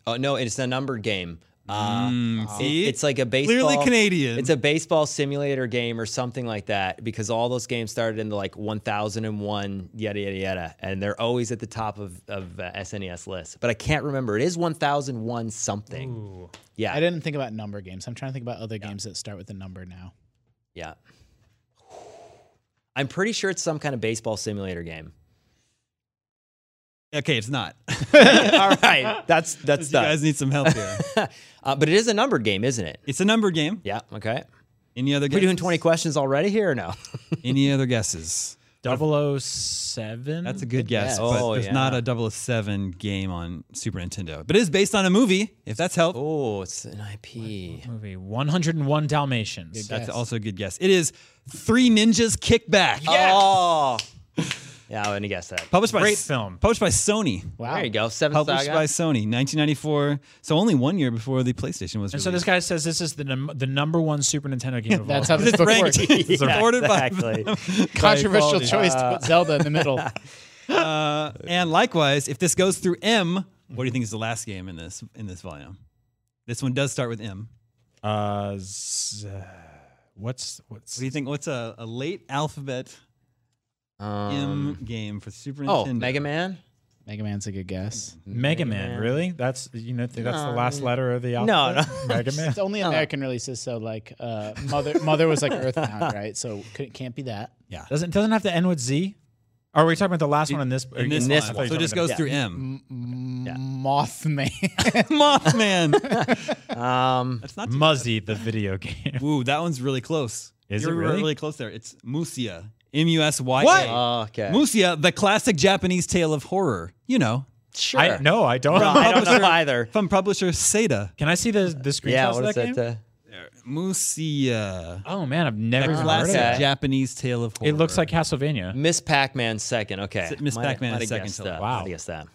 Oh no, it's a numbered game. Uh, it- Mm, see? it's like a baseball. Clearly Canadian. It's a baseball simulator game or something like that because all those games started in the like 1001 yada yada yada, and they're always at the top of of uh, SNES list. But I can't remember. It is 1001 something. Yeah, I didn't think about number games. I'm trying to think about other games that start with the number now. yeah. I'm pretty sure it's some kind of baseball simulator game. Okay, it's not. you all right, that's that's guys done. need some help here. Uh, but it is a numbered game, isn't it? it's a numbered game. Yeah. Okay. Any other We're guesses? doing 20 questions already here or no? Any other guesses? 007? That's a good guess, guess. but Oh, there's yeah. not a 007 game on Super Nintendo. But it is based on a movie, if that's help. oh, it's an IP. movie. 101 Dalmatians. Good That's guess. also a good guess. It is Three Ninjas Kickback. Oh. Yeah, I wouldn't guess that. Published by Great S- film. Published by Sony. Wow. There you go. Seven Published Saga. by Sony, 1994. So only one year before the PlayStation was. And so released. this guy says this is the num- the number one Super Nintendo game of That's how all. this book works. ranked. It's ordered by- exactly. Controversial quality. choice to put Zelda in the middle. Uh, and likewise, if this goes through M, what do you think is the last game in this in this volume? This one does start with M. Uh, z- uh, what's what's What do you think? What's a, a late alphabet Um, M game for Super oh, Nintendo? Mega Man? Mega Man's a good guess. Mega Man? Really? That's you know th- that's the last letter of the No, alphabet. No, Mega Man. It's only American releases, so like uh, mother mother was like Earthbound, right? So could, can't be that. Doesn't doesn't have to end with Z. Are we talking about the last one in this? In this, I one. thought you were So it talking just about- goes through M. Mothman. Mothman. Um, That's not too Muzzy, the video game. Ooh, that one's really close. Is You're it really? really close there? It's Musia. M U S Y A. What? oh, okay. Musia, the classic Japanese tale of horror. You know, Sure. I no, I don't. No, I don't know either. from publisher Seda. Can I see the the screenshots Yeah, of what is that game? that? Uh, Musia, oh man, I've never the even heard of classic that. it. Japanese tale of horror. It looks like Castlevania. Miss Pac-Man second. Okay. Miss Might- Pac-Man might is have second guessed to that. wow. Might have guessed that.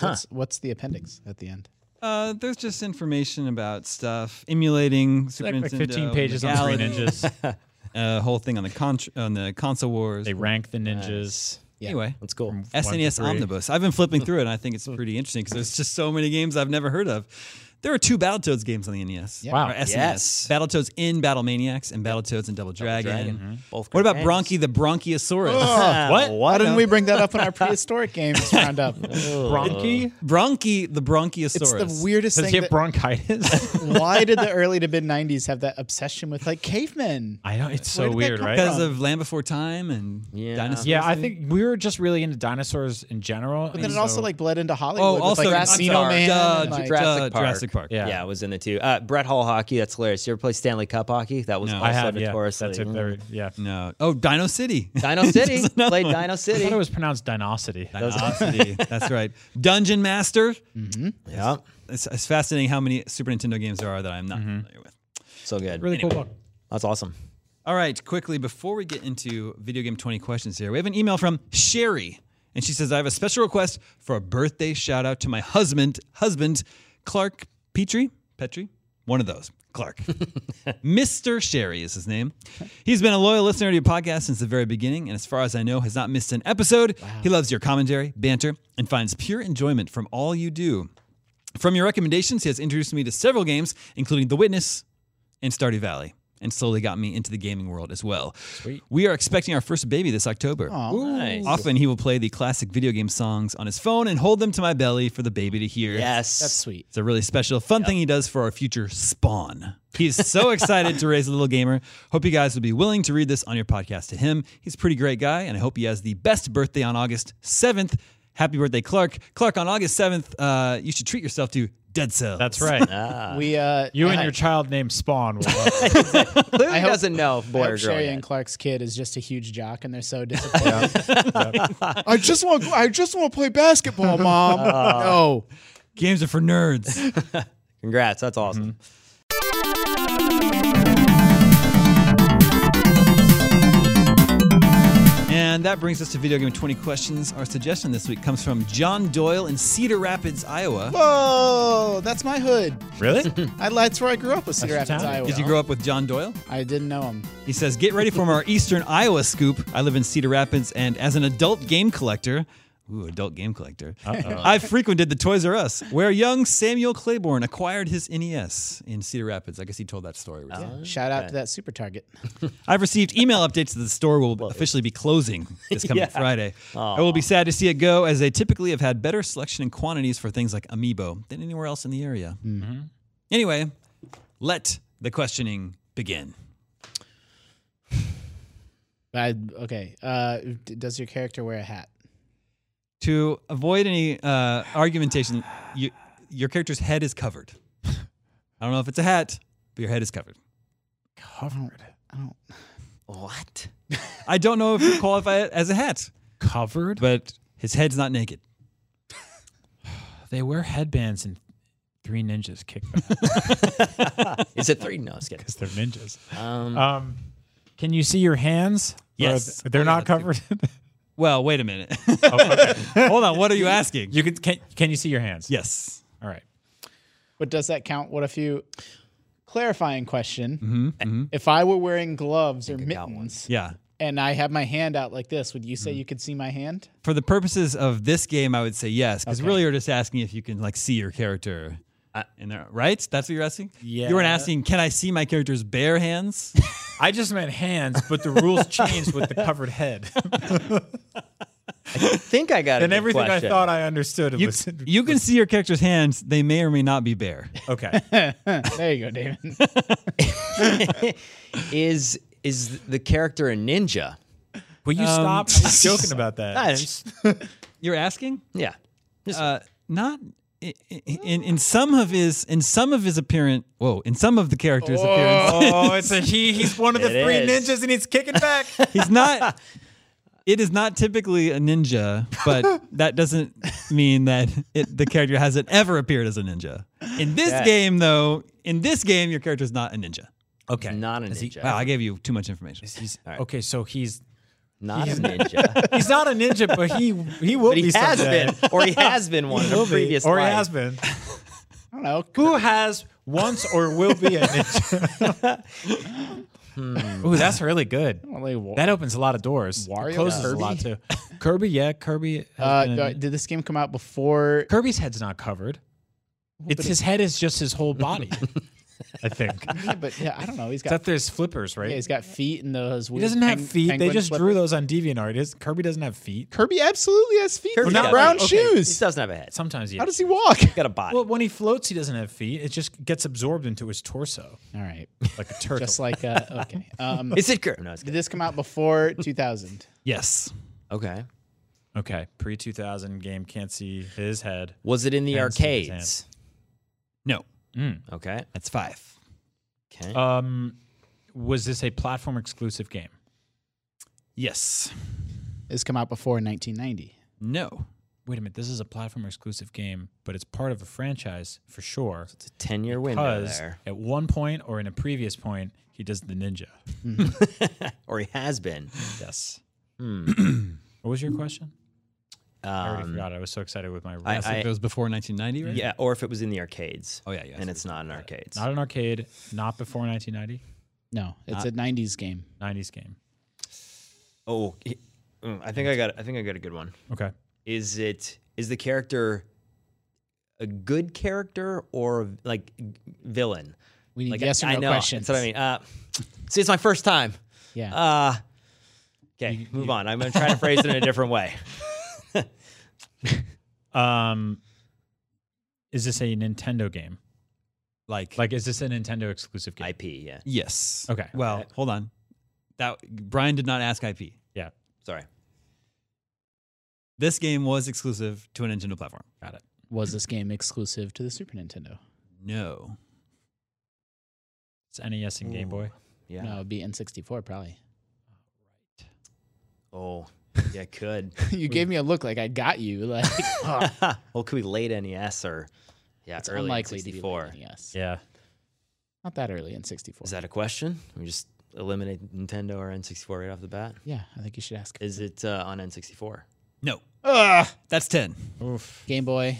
what's, what's the appendix at the end? Uh, there's just information about stuff emulating Super Like, like Nintendo, 15 pages on Three legality, Ninjas. uh, whole thing on the contr on the console wars. They rank the ninjas. Anyway, That's cool. one to SNES three. E Omnibus. I've been flipping through it, and I think it's pretty interesting because there's just so many games I've never heard of. There are two Battletoads games on the NES. Yeah. Wow. Or SNES. Yes. Battletoads in Battle Maniacs and Battletoads in Double Dragon. Dragon. Both What great about games. Bronchi the Bronchiosaurus? Oh. what? Why didn't we bring that up in our prehistoric games roundup? Bronchi? Bronchi the Bronchiosaurus. It's the weirdest Does thing. he have that- bronchitis? why did the early to mid '90s have that obsession with like cavemen? I don't. It's Where so did that weird, come right? from? because of Land Before Time and Yeah. dinosaurs. Yeah, I think we were just really into dinosaurs in general. But then and it also so- like bled into Hollywood. Oh, with, also like, I'm Casino sorry. Man. Duh, and, like- duh, Jurassic Park. Jurassic Park. Yeah. Yeah. I was in the two. Uh, Brett Hall hockey. That's hilarious. You ever play Stanley Cup hockey? That was No. also I I have, yeah, notoriously. Mm. that's a very mm. yeah. No. Oh, Dino City. Dino City. Played Dino I City. thought it was pronounced dinosity. Dino City. That's right. Dungeon Master. yeah. It's, it's fascinating how many Super Nintendo games there are that I'm not familiar with. So good. really cool book. That's awesome. All right, quickly before we get into video game 20 questions here, we have an email from Sherry, and she says, "I have a special request for a birthday shout out to my husband, husband Clark Petrie, Petrie, one of those, Clark, Mr. Sherry is his name. He's been a loyal listener to your podcast since the very beginning, and as far as I know, has not missed an episode. He loves your commentary, banter, and finds pure enjoyment from all you do." From your recommendations, he has introduced me to several games, including The Witness, and Stardew Valley, and slowly got me into the gaming world as well. We are expecting our first baby this October. Nice. Often he will play the classic video game songs on his phone and hold them to my belly for the baby to hear. Yes. That's sweet. It's a really special, fun thing he does for our future spawn. He's so excited to raise a little gamer. Hope you guys would be willing to read this on your podcast to him. He's a pretty great guy, and I hope he has the best birthday on August 7th. Happy birthday, Clark. Clark, on August 7th, uh, you should treat yourself to Dead Cells. That's right. We uh, You and I- your child named Spawn. will- Clearly hope- doesn't know if I boy hope or girl. Sherry yet. and Clark's kid is just a huge jock, and they're so disappointed. I just want, I just want to play basketball, mom. no, Games are for nerds. Congrats. That's awesome. And that brings us to video game 20 questions. Our suggestion this week comes from John Doyle in Cedar Rapids, Iowa. whoa, that's my hood. really? I, that's where I grew up, with Cedar That's your Rapids, town? Iowa. Did you grow up with John Doyle? I didn't know him. He says, Get ready for our Eastern Iowa scoop. I live in Cedar Rapids, and as an adult game collector, Ooh, adult game collector. I've frequented the Toys R Us, where young Samuel Claiborne acquired his NES in Cedar Rapids. I guess he told that story. recently. Shout out to that super target. I've received email updates that the store will officially be closing this coming Friday. I will be sad to see it go, as they typically have had better selection and quantities for things like Amiibo than anywhere else in the area. Anyway, let the questioning begin. I, okay, uh, d- does your character wear a hat? To avoid any uh, argumentation, you, your character's head is covered. I don't know if it's a hat, but your head is covered. Covered. I don't. What? I don't know if you qualify it as a hat, Covered? but his head's not naked. they wear headbands and three ninjas kick Is it three? No, it's good. because they're ninjas. Um, Um, can you see your hands? Or are Yes. th- they're not covered. Well, wait a minute. Hold on. What are you asking? Oh, you can, can can you see your hands? yes. All right. But does that count? What if you clarifying question? Mm-hmm, If I were wearing gloves or mittens Yeah. and I have my hand out like this, would you Mm-hmm. say you could see my hand? For the purposes of this game, I would say yes, because really you're just asking if you can like see your character. in there, right? That's what you're asking. Yeah. You weren't asking. Can I see my character's bare hands? I just meant hands, but the rules changed with the covered head. I think I got it. and everything I thought I understood you, was you can see your character's hands. They may or may not be bare. okay. There you go, David. is is the character a ninja? Will you stop I was Um, joking about that? You're asking? yeah. Just- Uh, not in, in in some of his in some of his appearance. Whoa! In some of the character's appearance, Oh, it's a he. He's one of the It three is. ninjas, and he's kicking back. he's not. It is not typically a ninja, but that doesn't mean that it, the character hasn't ever appeared as a ninja. In this game, though, in this game, your character's not a ninja. okay. not a ninja. Wow, I gave you too much information. He's, All right. Okay, so he's not a ninja. he's not a ninja, but he he will but he be has someday. been, or he has been one in a Will be, previous or he life. has been. I don't know. Who has once or will be a ninja? Hmm. Ooh, that's really good. Really wa- That opens a lot of doors. It Wario closes a Kirby? lot too. Kirby, yeah, Kirby. Has Uh, been- uh, did this game come out before? Kirby's head's not covered. It's his head is just his whole body. I think. Yeah, but yeah, I don't know. He's got Except there's flippers, right? yeah, he's got feet and those. he Weird doesn't have peng- feet. They penguin just drew flippers. those on DeviantArt. Is Kirby doesn't have feet? Kirby absolutely has feet. Kirby's They're got a- not brown okay, shoes. He doesn't have a head. Sometimes he How does he walk? He's got a body. Well, when he floats, he doesn't have feet. It just gets absorbed into his torso All right, like a turtle. just like uh, okay. Um, is it Kirby? No, it's did good. this come out before 2000? Yes. Okay. okay, pre 2000 game can't see his head. Was it in the Hands in his arcades? No. Okay. That's five. Okay. Um, was this a platform exclusive game? Yes. This come out before 1990. No. Wait a minute, this is a platform exclusive game, but it's part of a franchise for sure. it's a ten-year window Because there, at one point or in a previous point, he does the ninja. or he has been. Yes. what was your question? I already Um, forgot. I was so excited with my. I, I- think it was before 1990, right? yeah, or if it was in the arcades. Oh, yeah, yeah. And it's not in arcades. not an arcade, not before 1990, No, it's a 90s game. 90s game. oh, he- mm, I think I got. I think I got a good one. Okay. Is it? Is the character a good character or like villain? We need Like yes or I, no I know. questions. That's what I mean. Uh, see, it's my first time. Yeah. Uh, okay, move on. I'm gonna try to phrase it in a different way. Um, is this a Nintendo game? Like, Like, is this a Nintendo exclusive game? IP. Yeah. yes. Okay. Well, hold on. That Brian did not ask IP. yeah. Sorry. This game was exclusive to a Nintendo platform. Got it. Was this game exclusive to the Super Nintendo? No. It's NES and Game Boy. Yeah. No, it'd be N64 probably. Oh, yeah. Could. you gave me a look like I got you. Like oh, well, could be late NES or yeah, it's early unlikely to be N64. late E NES. Yeah. Not that early N64. Is that a question? We just eliminate Nintendo or N64 right off the bat. yeah, I think you should ask. Is it uh, on N64? No. That's 10. Oof. Game Boy,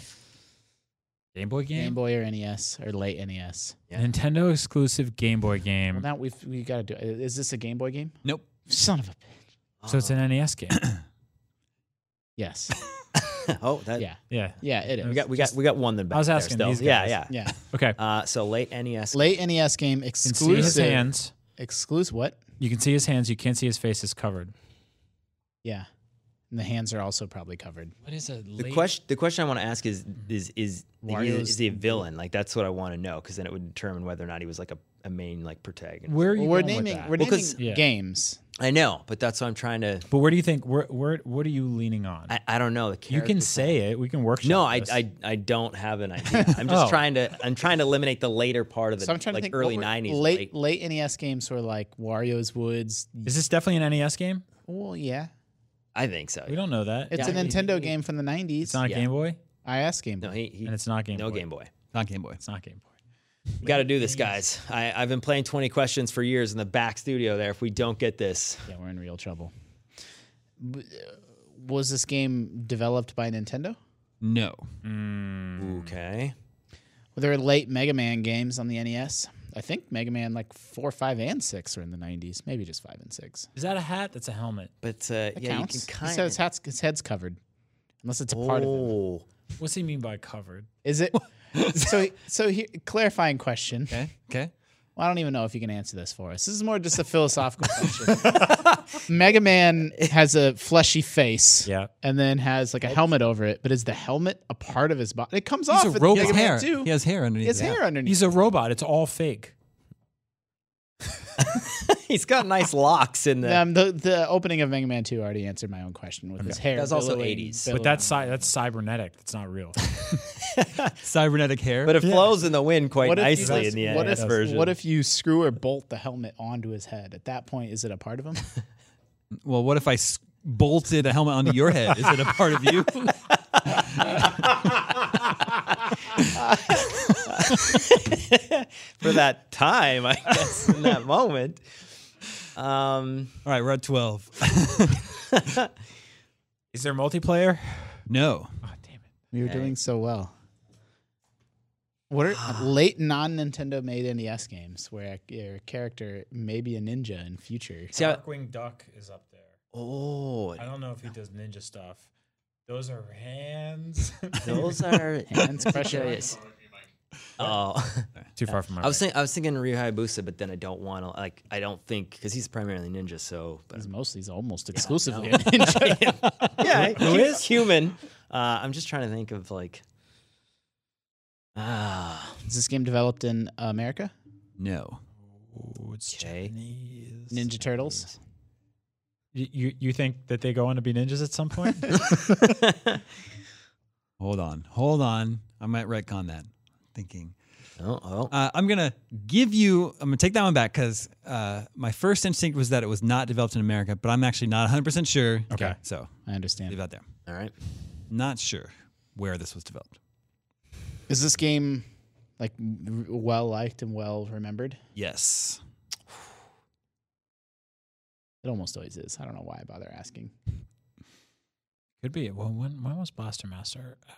Game Boy game? Game Boy or NES or late NES. Yeah. Nintendo exclusive Game Boy game. Well, now we've we got to do. Is this a Game Boy game? Nope. Son of a. so it's an NES game. Yes. oh, that, Yeah. yeah. Yeah. It is. We got we got we got one then back. I was there asking still. these Yeah, guys. yeah. yeah. Okay. Uh, so late NES. Late NES game You can see his exclusive. hands. Exclusive. What? You can see his hands. You can't see his face. It's covered. Yeah. And the hands are also probably covered. What is a late? The The question, the question I want to ask is, Mm-hmm. is is is, Wario's- is he a villain? Like that's what I want to know, because then it would determine whether or not he was like a, a main like protagonist. Where are you Well, we're going with naming that? we're Well, 'cause- naming games. I know, but that's what I'm trying to. but where do you think? Where, where what are you leaning on? I, I don't know. The you can character- say it. We can workshop. No, I, this. I I don't have an idea. I'm just Oh. trying to I'm trying to eliminate the later part of the So I'm trying like to think what early were- '90s. late, late NES games were like Wario's Woods. Is this definitely an NES game? Well, yeah, I think so. We don't know that. it's a Nintendo game from the '90s. It's not a yeah. Game Boy, IS game. No, he, he and it's not Game no Boy. Game Boy. Not Game Boy. It's not Game Boy. Got to do this, guys. I, I've been playing 20 questions for years in the back studio there. If we don't get this, yeah, we're in real trouble. B- uh, Was this game developed by Nintendo? No. okay. Well, there were late Mega Man games on the NES. I think Mega Man like four, five, and six were in the '90s. Maybe just five and six. Is that a hat? That's a helmet. But uh, That yeah, counts. you can he kind said his, of. hat's, his head's covered, unless it's a part of it. Oh, What's he mean by covered? Is it? so, so here, clarifying question. Okay. Okay. Well, I don't even know if you can answer this for us. This is more just a philosophical question. Mega Man has a fleshy face. Yeah. And then has like a helmet over it, but is the helmet a part of his body? It comes off. He's a at robot. Mega Man Hair. 2. He has hair underneath. He has the hat. hair underneath. He's a robot. It's all fake. he's got nice locks in the. um, the the opening of Mega Man Two already answered my own question with his hair. That's also billowing- 80s. But billowing. that's cy- that's cybernetic. That's not real. Cybernetic hair. But it flows in the wind quite What if he nicely does- in the NES what if, version. What if you screw or bolt the helmet onto his head? At that point, is it a part of him? well, what if I s- bolted a helmet onto your head? Is it a part of you? for that time, I guess, in that moment. Um, All right, we're at 12. Is there multiplayer? No. We were doing so well. What are late non Nintendo made NES games where your character may be a ninja in future? see, I, Darkwing Duck is up there. oh, I don't know if he does ninja stuff. Those are hands. those are Hands precious. Oh, Too far from my. I was thinking, I was thinking Ryu Hayabusa, but then I don't want to like, I don't think because he's primarily ninja. So, but He's mostly, he's almost exclusively a ninja. yeah, who is human? Uh, I'm just trying to think of like, ah, Is this game developed in America? No. okay. Ninja Turtles? You, you you think that they go on to be ninjas at some point? Hold on. Hold on. I might retcon that. Thinking. Oh, oh. Uh, I'm going to give you, I'm going to take that one back because uh, my first instinct was that it was not developed in America, but I'm actually not 100% sure. Okay. So I leave understand. that there. all right. Not sure where this was developed. Is this game like r- well liked and well remembered? Yes. It almost always is. I don't know why I bother asking. Could be. Well, when when was Blaster Master? out?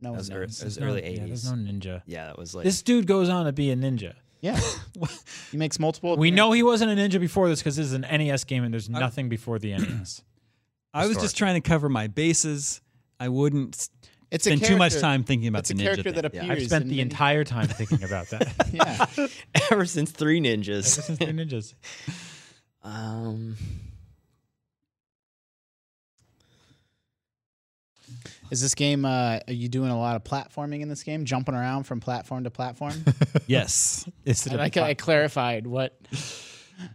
No That one was, ear- knows. that was There's no- early yeah, there's 80s. no ninja. Yeah, that was like, This dude goes on to be a ninja. Yeah. he makes multiple. We know he wasn't a ninja before this because this is an NES game and there's nothing before the E NES. I was just trying to cover my bases. I wouldn't s- it's a spend too much character- time thinking about It's the a ninja character thing. that Yeah, appears. I've I've spent in the many- entire time thinking about that. Yeah. ever since Three Ever Ninjas. since they're ninjas. Um, Is this game? Uh, are you doing a lot of platforming in this game? Jumping around from platform to platform? yes. Is it I a like how I clarified what.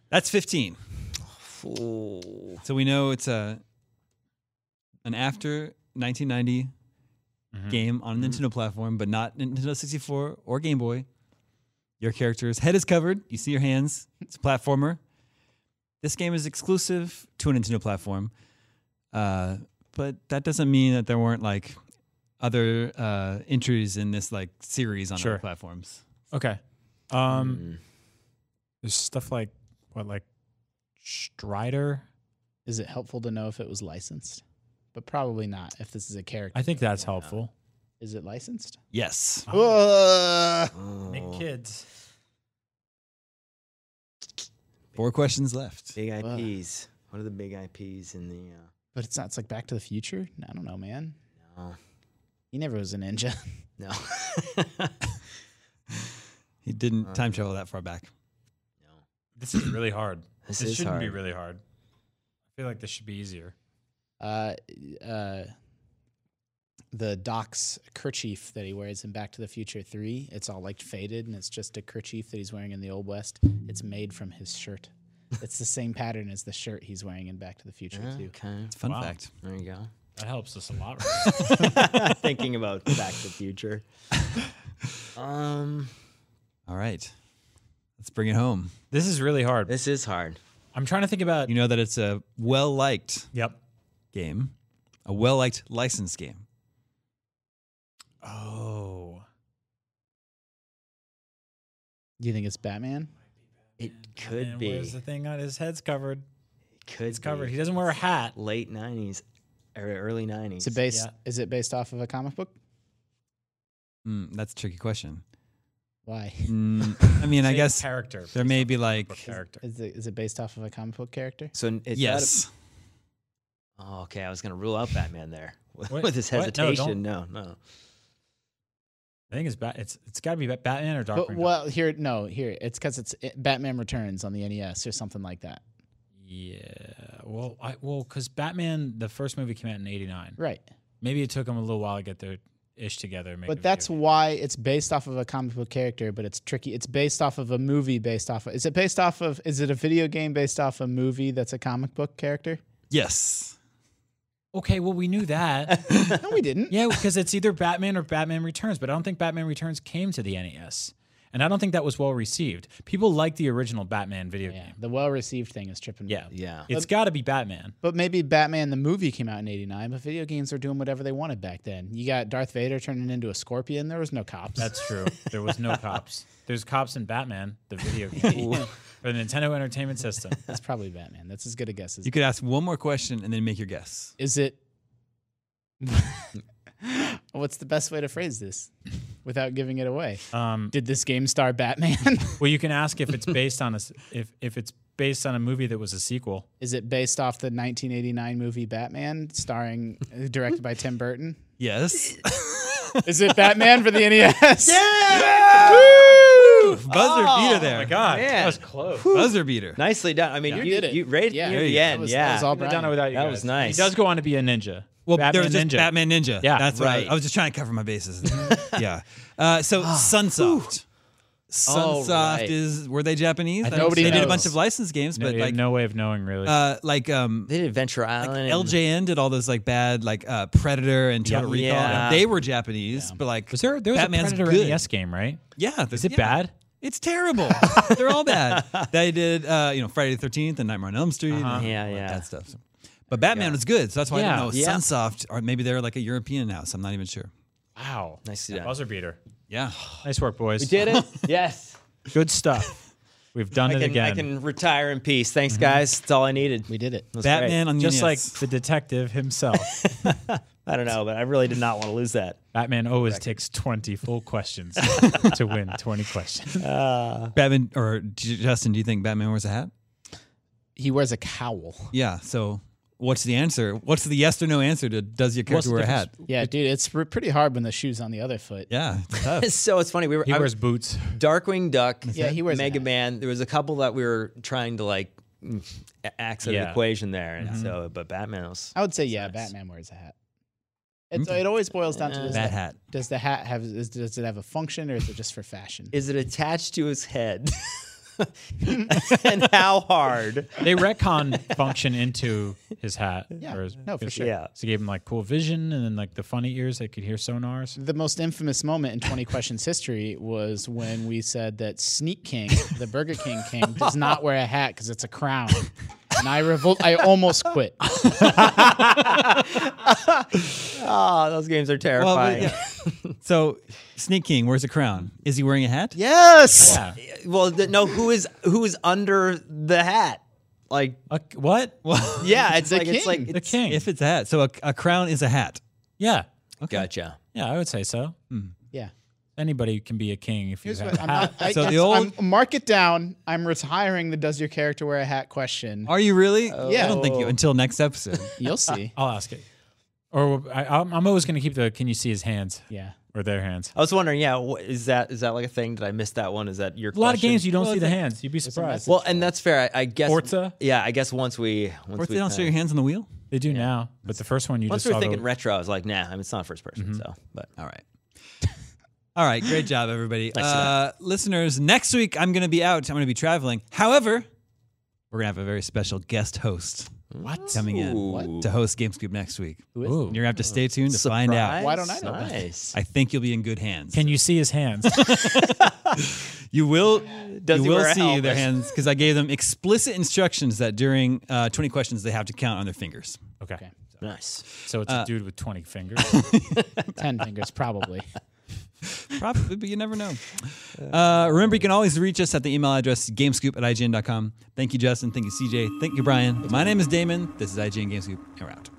That's 15. ooh. So we know it's a an after 1990 game on a Nintendo platform, but not Nintendo 64 or Game Boy. Your character's head is covered. You see your hands. It's a platformer. This game is exclusive to a Nintendo platform, uh, but that doesn't mean that there weren't like other uh, entries in this like series on Sure. other platforms. Okay. Um, hmm. There's stuff like what, like Strider? Is it helpful to know if it was licensed? But probably not. If this is a character, I think that's helpful. is it licensed? Yes. uh, Oh. Make kids. Four questions left. Big Wow. IPs. What are the big IPs in the? Uh, But it's not. It's like Back to the Future. I don't know, man. No. He never was a ninja. uh, No. He Uh, didn't time travel that far back. This is really hard. This it is shouldn't be hard. really hard. I feel like this should be easier. uh, uh, the Doc's kerchief that he wears in Back to the Future 3. It's all like faded and it's just a kerchief that he's wearing in the Old West. It's made from his shirt. It's the same pattern as the shirt he's wearing in Back to the Future 2. Okay. Fun fact. There you go. That helps us a lot. Right? Thinking about Back to the Future. Um, All right. Let's bring it home. this is really hard. this is hard. I'm trying to think about. You know that it's a well liked yep. game, a well liked licensed game. Oh. Do you think it's Batman? It could And be. where's the thing on his head's covered? could It's covered. be. He doesn't wear a hat. Late '90s or early '90s. Is it based Yeah. is it based off of a comic book? Mm, that's a tricky question. Why? Mm, I mean, I Same guess character. there may be like, Book character. Is it, is it based off of a comic book character? so n- it's not a- yes. oh, okay. I was gonna rule out Batman there with, What? with his What? No, hesitation. No, no, I think it's bat. It's it's got to be Bat- Batman or Dark. But, well, here no, here it's because it's it- Batman Returns on the NES or something like that. Yeah. Well, I well because Batman the first movie came out in '89. Right. Maybe it took them a little while to get their ish together. and make a But video that's game. why it's based off of a comic book character, but it's tricky. It's based off of a movie based off of, Is it based off of is it a video game based off a movie that's a comic book character? Yes. okay. Well, we knew that. No, we didn't. yeah, because it's either Batman or Batman Returns. But I don't think Batman Returns came to the NES, and I don't think that was well received. People like the original Batman video Yeah, game. the well received thing is tripping. me Yeah. out. Yeah. It's got to be Batman. But maybe Batman the movie came out in '89, but video games were doing whatever they wanted back then. You got Darth Vader turning into a scorpion. There was no cops. That's true. There was no cops. There's cops in Batman, the video game, for the Nintendo Entertainment System. That's probably Batman. That's as good a guess as. You could ask one more question and then make your guess. is it? What's the best way to phrase this without giving it away? Um, Did this game star Batman? well, you can ask if it's based on a s- if if it's based on a movie that was a sequel. Is it based off the 1989 movie Batman, starring uh, directed by Tim Burton? Yes. Is it Batman for the E NES? Buzzer beater there. Oh God, Man. was close. Buzzer beater. Nicely done. I mean, you, did it. You right Yeah. near There the you go. end. That was- yeah. that was all Brian. Done it without you That guys. was nice. He does go on to be a ninja. Well, Batman there was just Ninja. Batman Ninja. Yeah, that's right. right. I was just trying to cover my bases. yeah. Uh, so Ah, Sunsoft. Sunsoft right. is were they Japanese? I Like, nobody they did a knows. bunch of licensed games, No, but you have like no way of knowing really. uh, like um, They did Adventure Island. and- LJN did all those like bad like uh, Predator and Total Recall. Yeah. They were Japanese, but like was there there was Batman's a Predator good. NES game, right? Yeah, Is it yeah. bad? It's terrible. They're all bad. They did uh, you know Friday the Thirteenth and Nightmare on Elm Street. and Uh-huh. Yeah, all yeah. that stuff. So- But Batman was good, so that's why I Yeah. don't know. Yeah. Sunsoft, or maybe they're like a European house. I'm not even sure. Wow, Nicely done. buzzer beater. Yeah. Nice work, boys. We Did it? yes. Good stuff. We've done I it can, again. I can retire in peace. Thanks, Mm-hmm. guys. That's all I needed. We did it. It was Batman great. on the E NES. just like the detective himself. I don't know, but I really did not want to lose that. Batman always takes 20 full questions to win 20 questions. Batman or J- Justin, do you think Batman wears a hat? He wears a cowl. Yeah. So what's the answer? What's the yes or no answer to does your character What's the wear a difference? hat? Yeah, dude, it's re- pretty hard when the shoe's on the other foot. Yeah. it's tough. so it's funny. We were He I- wears boots. Darkwing Duck. Yeah, he wears a Mega hat. Man. There was a couple that we were trying to like mm, a- axe out of Yeah. the equation there, and so but Batman was I would say, yeah, Batman wears a hat. It's, it always boils down to Bat does, the, Mm. Uh, hat. does the hat have is, does it have a function or is it just for fashion? is it attached to his head? and how hard? They retcon function into his hat. Yeah, or his- no, for his- sure. Yeah. So he gave him like cool vision and then like the funny ears that could hear sonars. the most infamous moment in 20 Questions history was when we said that Sneak King, the Burger King king, does not wear a hat because it's a crown. And I revolt. I almost quit. Oh, those games are Well, terrifying. yeah. so Sneak King wears a crown. Is he wearing a hat? Yes. Yeah. Well, th- no. Who is who is under the hat? Like, A- what? yeah, it's The like it's king. like Uh, the it's, king. If it's a hat. So a, a crown is a hat. yeah. Gotcha. Yeah, I would say so. Yeah. Anybody can be a king if you Here's have what a I'm hat. not. I, So the it's- old- I'm, mark it down. I'm retiring the "Does your character wear a hat?" question. Are you really? I Yeah. don't think you until next episode. You'll see. I'll ask it. Or I, I'm I'm always going to keep the can you see his hands Yeah. or their hands. I was wondering, yeah, wh- is that is that like a thing? Did I miss that one? Is that your A lot of question? games you don't see the hands. You'd be surprised. Well, and that's fair. I, I guess. Forza? Yeah, I guess once we once Or if we they don't show your hands on the wheel. They do now, but the first one you Once just we saw. were the- thinking retro, I was like, nah, I mean, it's not first person. So, but Mm-hmm. All right. All right. Great job, everybody. Uh, listeners, next week I'm going to be out. I'm going to be traveling. However, we're going to have a very special guest host What? coming in What? to host GameScoop next week. Who is You're going to have to stay tuned to find out. Why don't I know that? Nice. I think you'll be in good hands. Can you see his hands? You will. Does he you will wear a see helmet? their hands because I gave them explicit instructions that during uh, 20 questions they have to count on their fingers. okay. Nice. So it's a dude with 20 fingers. Ten fingers, probably. Probably, but you never know. Uh, remember, you can always reach us at the email address gamescoop at ign.com. Thank you, Justin. Thank you, CJ. Thank you, Brian. My name is Damon. This is IGN Gamescoop, and we're out.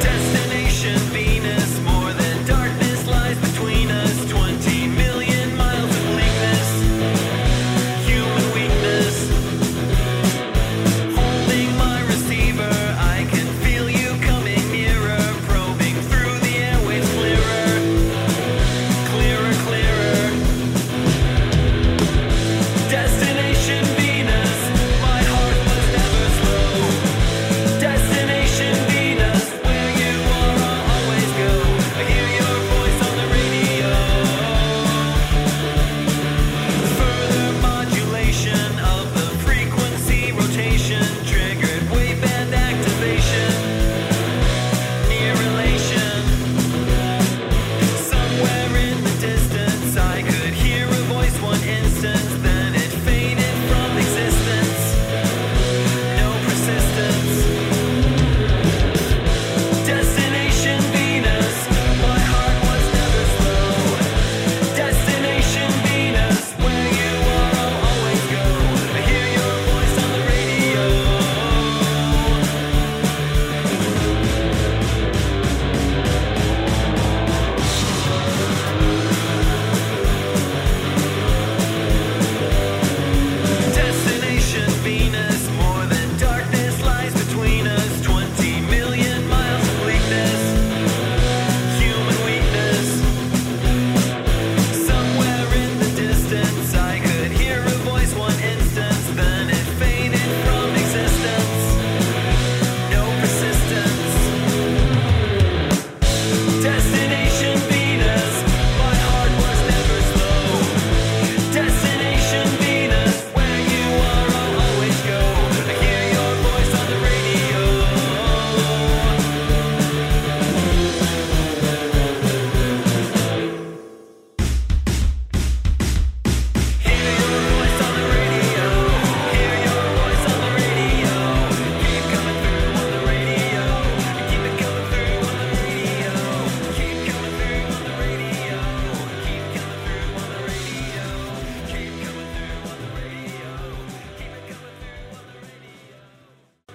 Destination Venus, more than darkness lies between us. Twenty million miles of bleakness, human weakness. Holding my receiver, I can feel you coming nearer. Probing through the airwaves clearer, clearer, clearer. Destination Venus, my heart was never slow. Destination Venus, where you are, I'll always go. I hear your voice on the radio. Further modulation of the frequency rotation triggered waveband activation. Near relation. Somewhere in the distance, I could hear a voice one instant, then it faded from existence. No persistence. Destination Venus, my heart was never slow. Destination Venus, where you are, I'll always go. I hear your voice on the radio. Destination Venus, more than darkness lies between us. Twenty million miles of bleakness, human weakness. Somewhere in the distance, I could hear a voice one instant, then it faded from existence. No persistence. Destination Venus, my heart was never slow. Destination Venus, where you are, I'll always go. I hear your voice on the radio. Hear your voice on the radio. Hear your voice on the radio. Keep coming through on the radio. Keep it coming through on the radio. Keep coming through on the radio. Keep coming through on the radio. Keep coming through on the radio. Keep it coming through on the radio.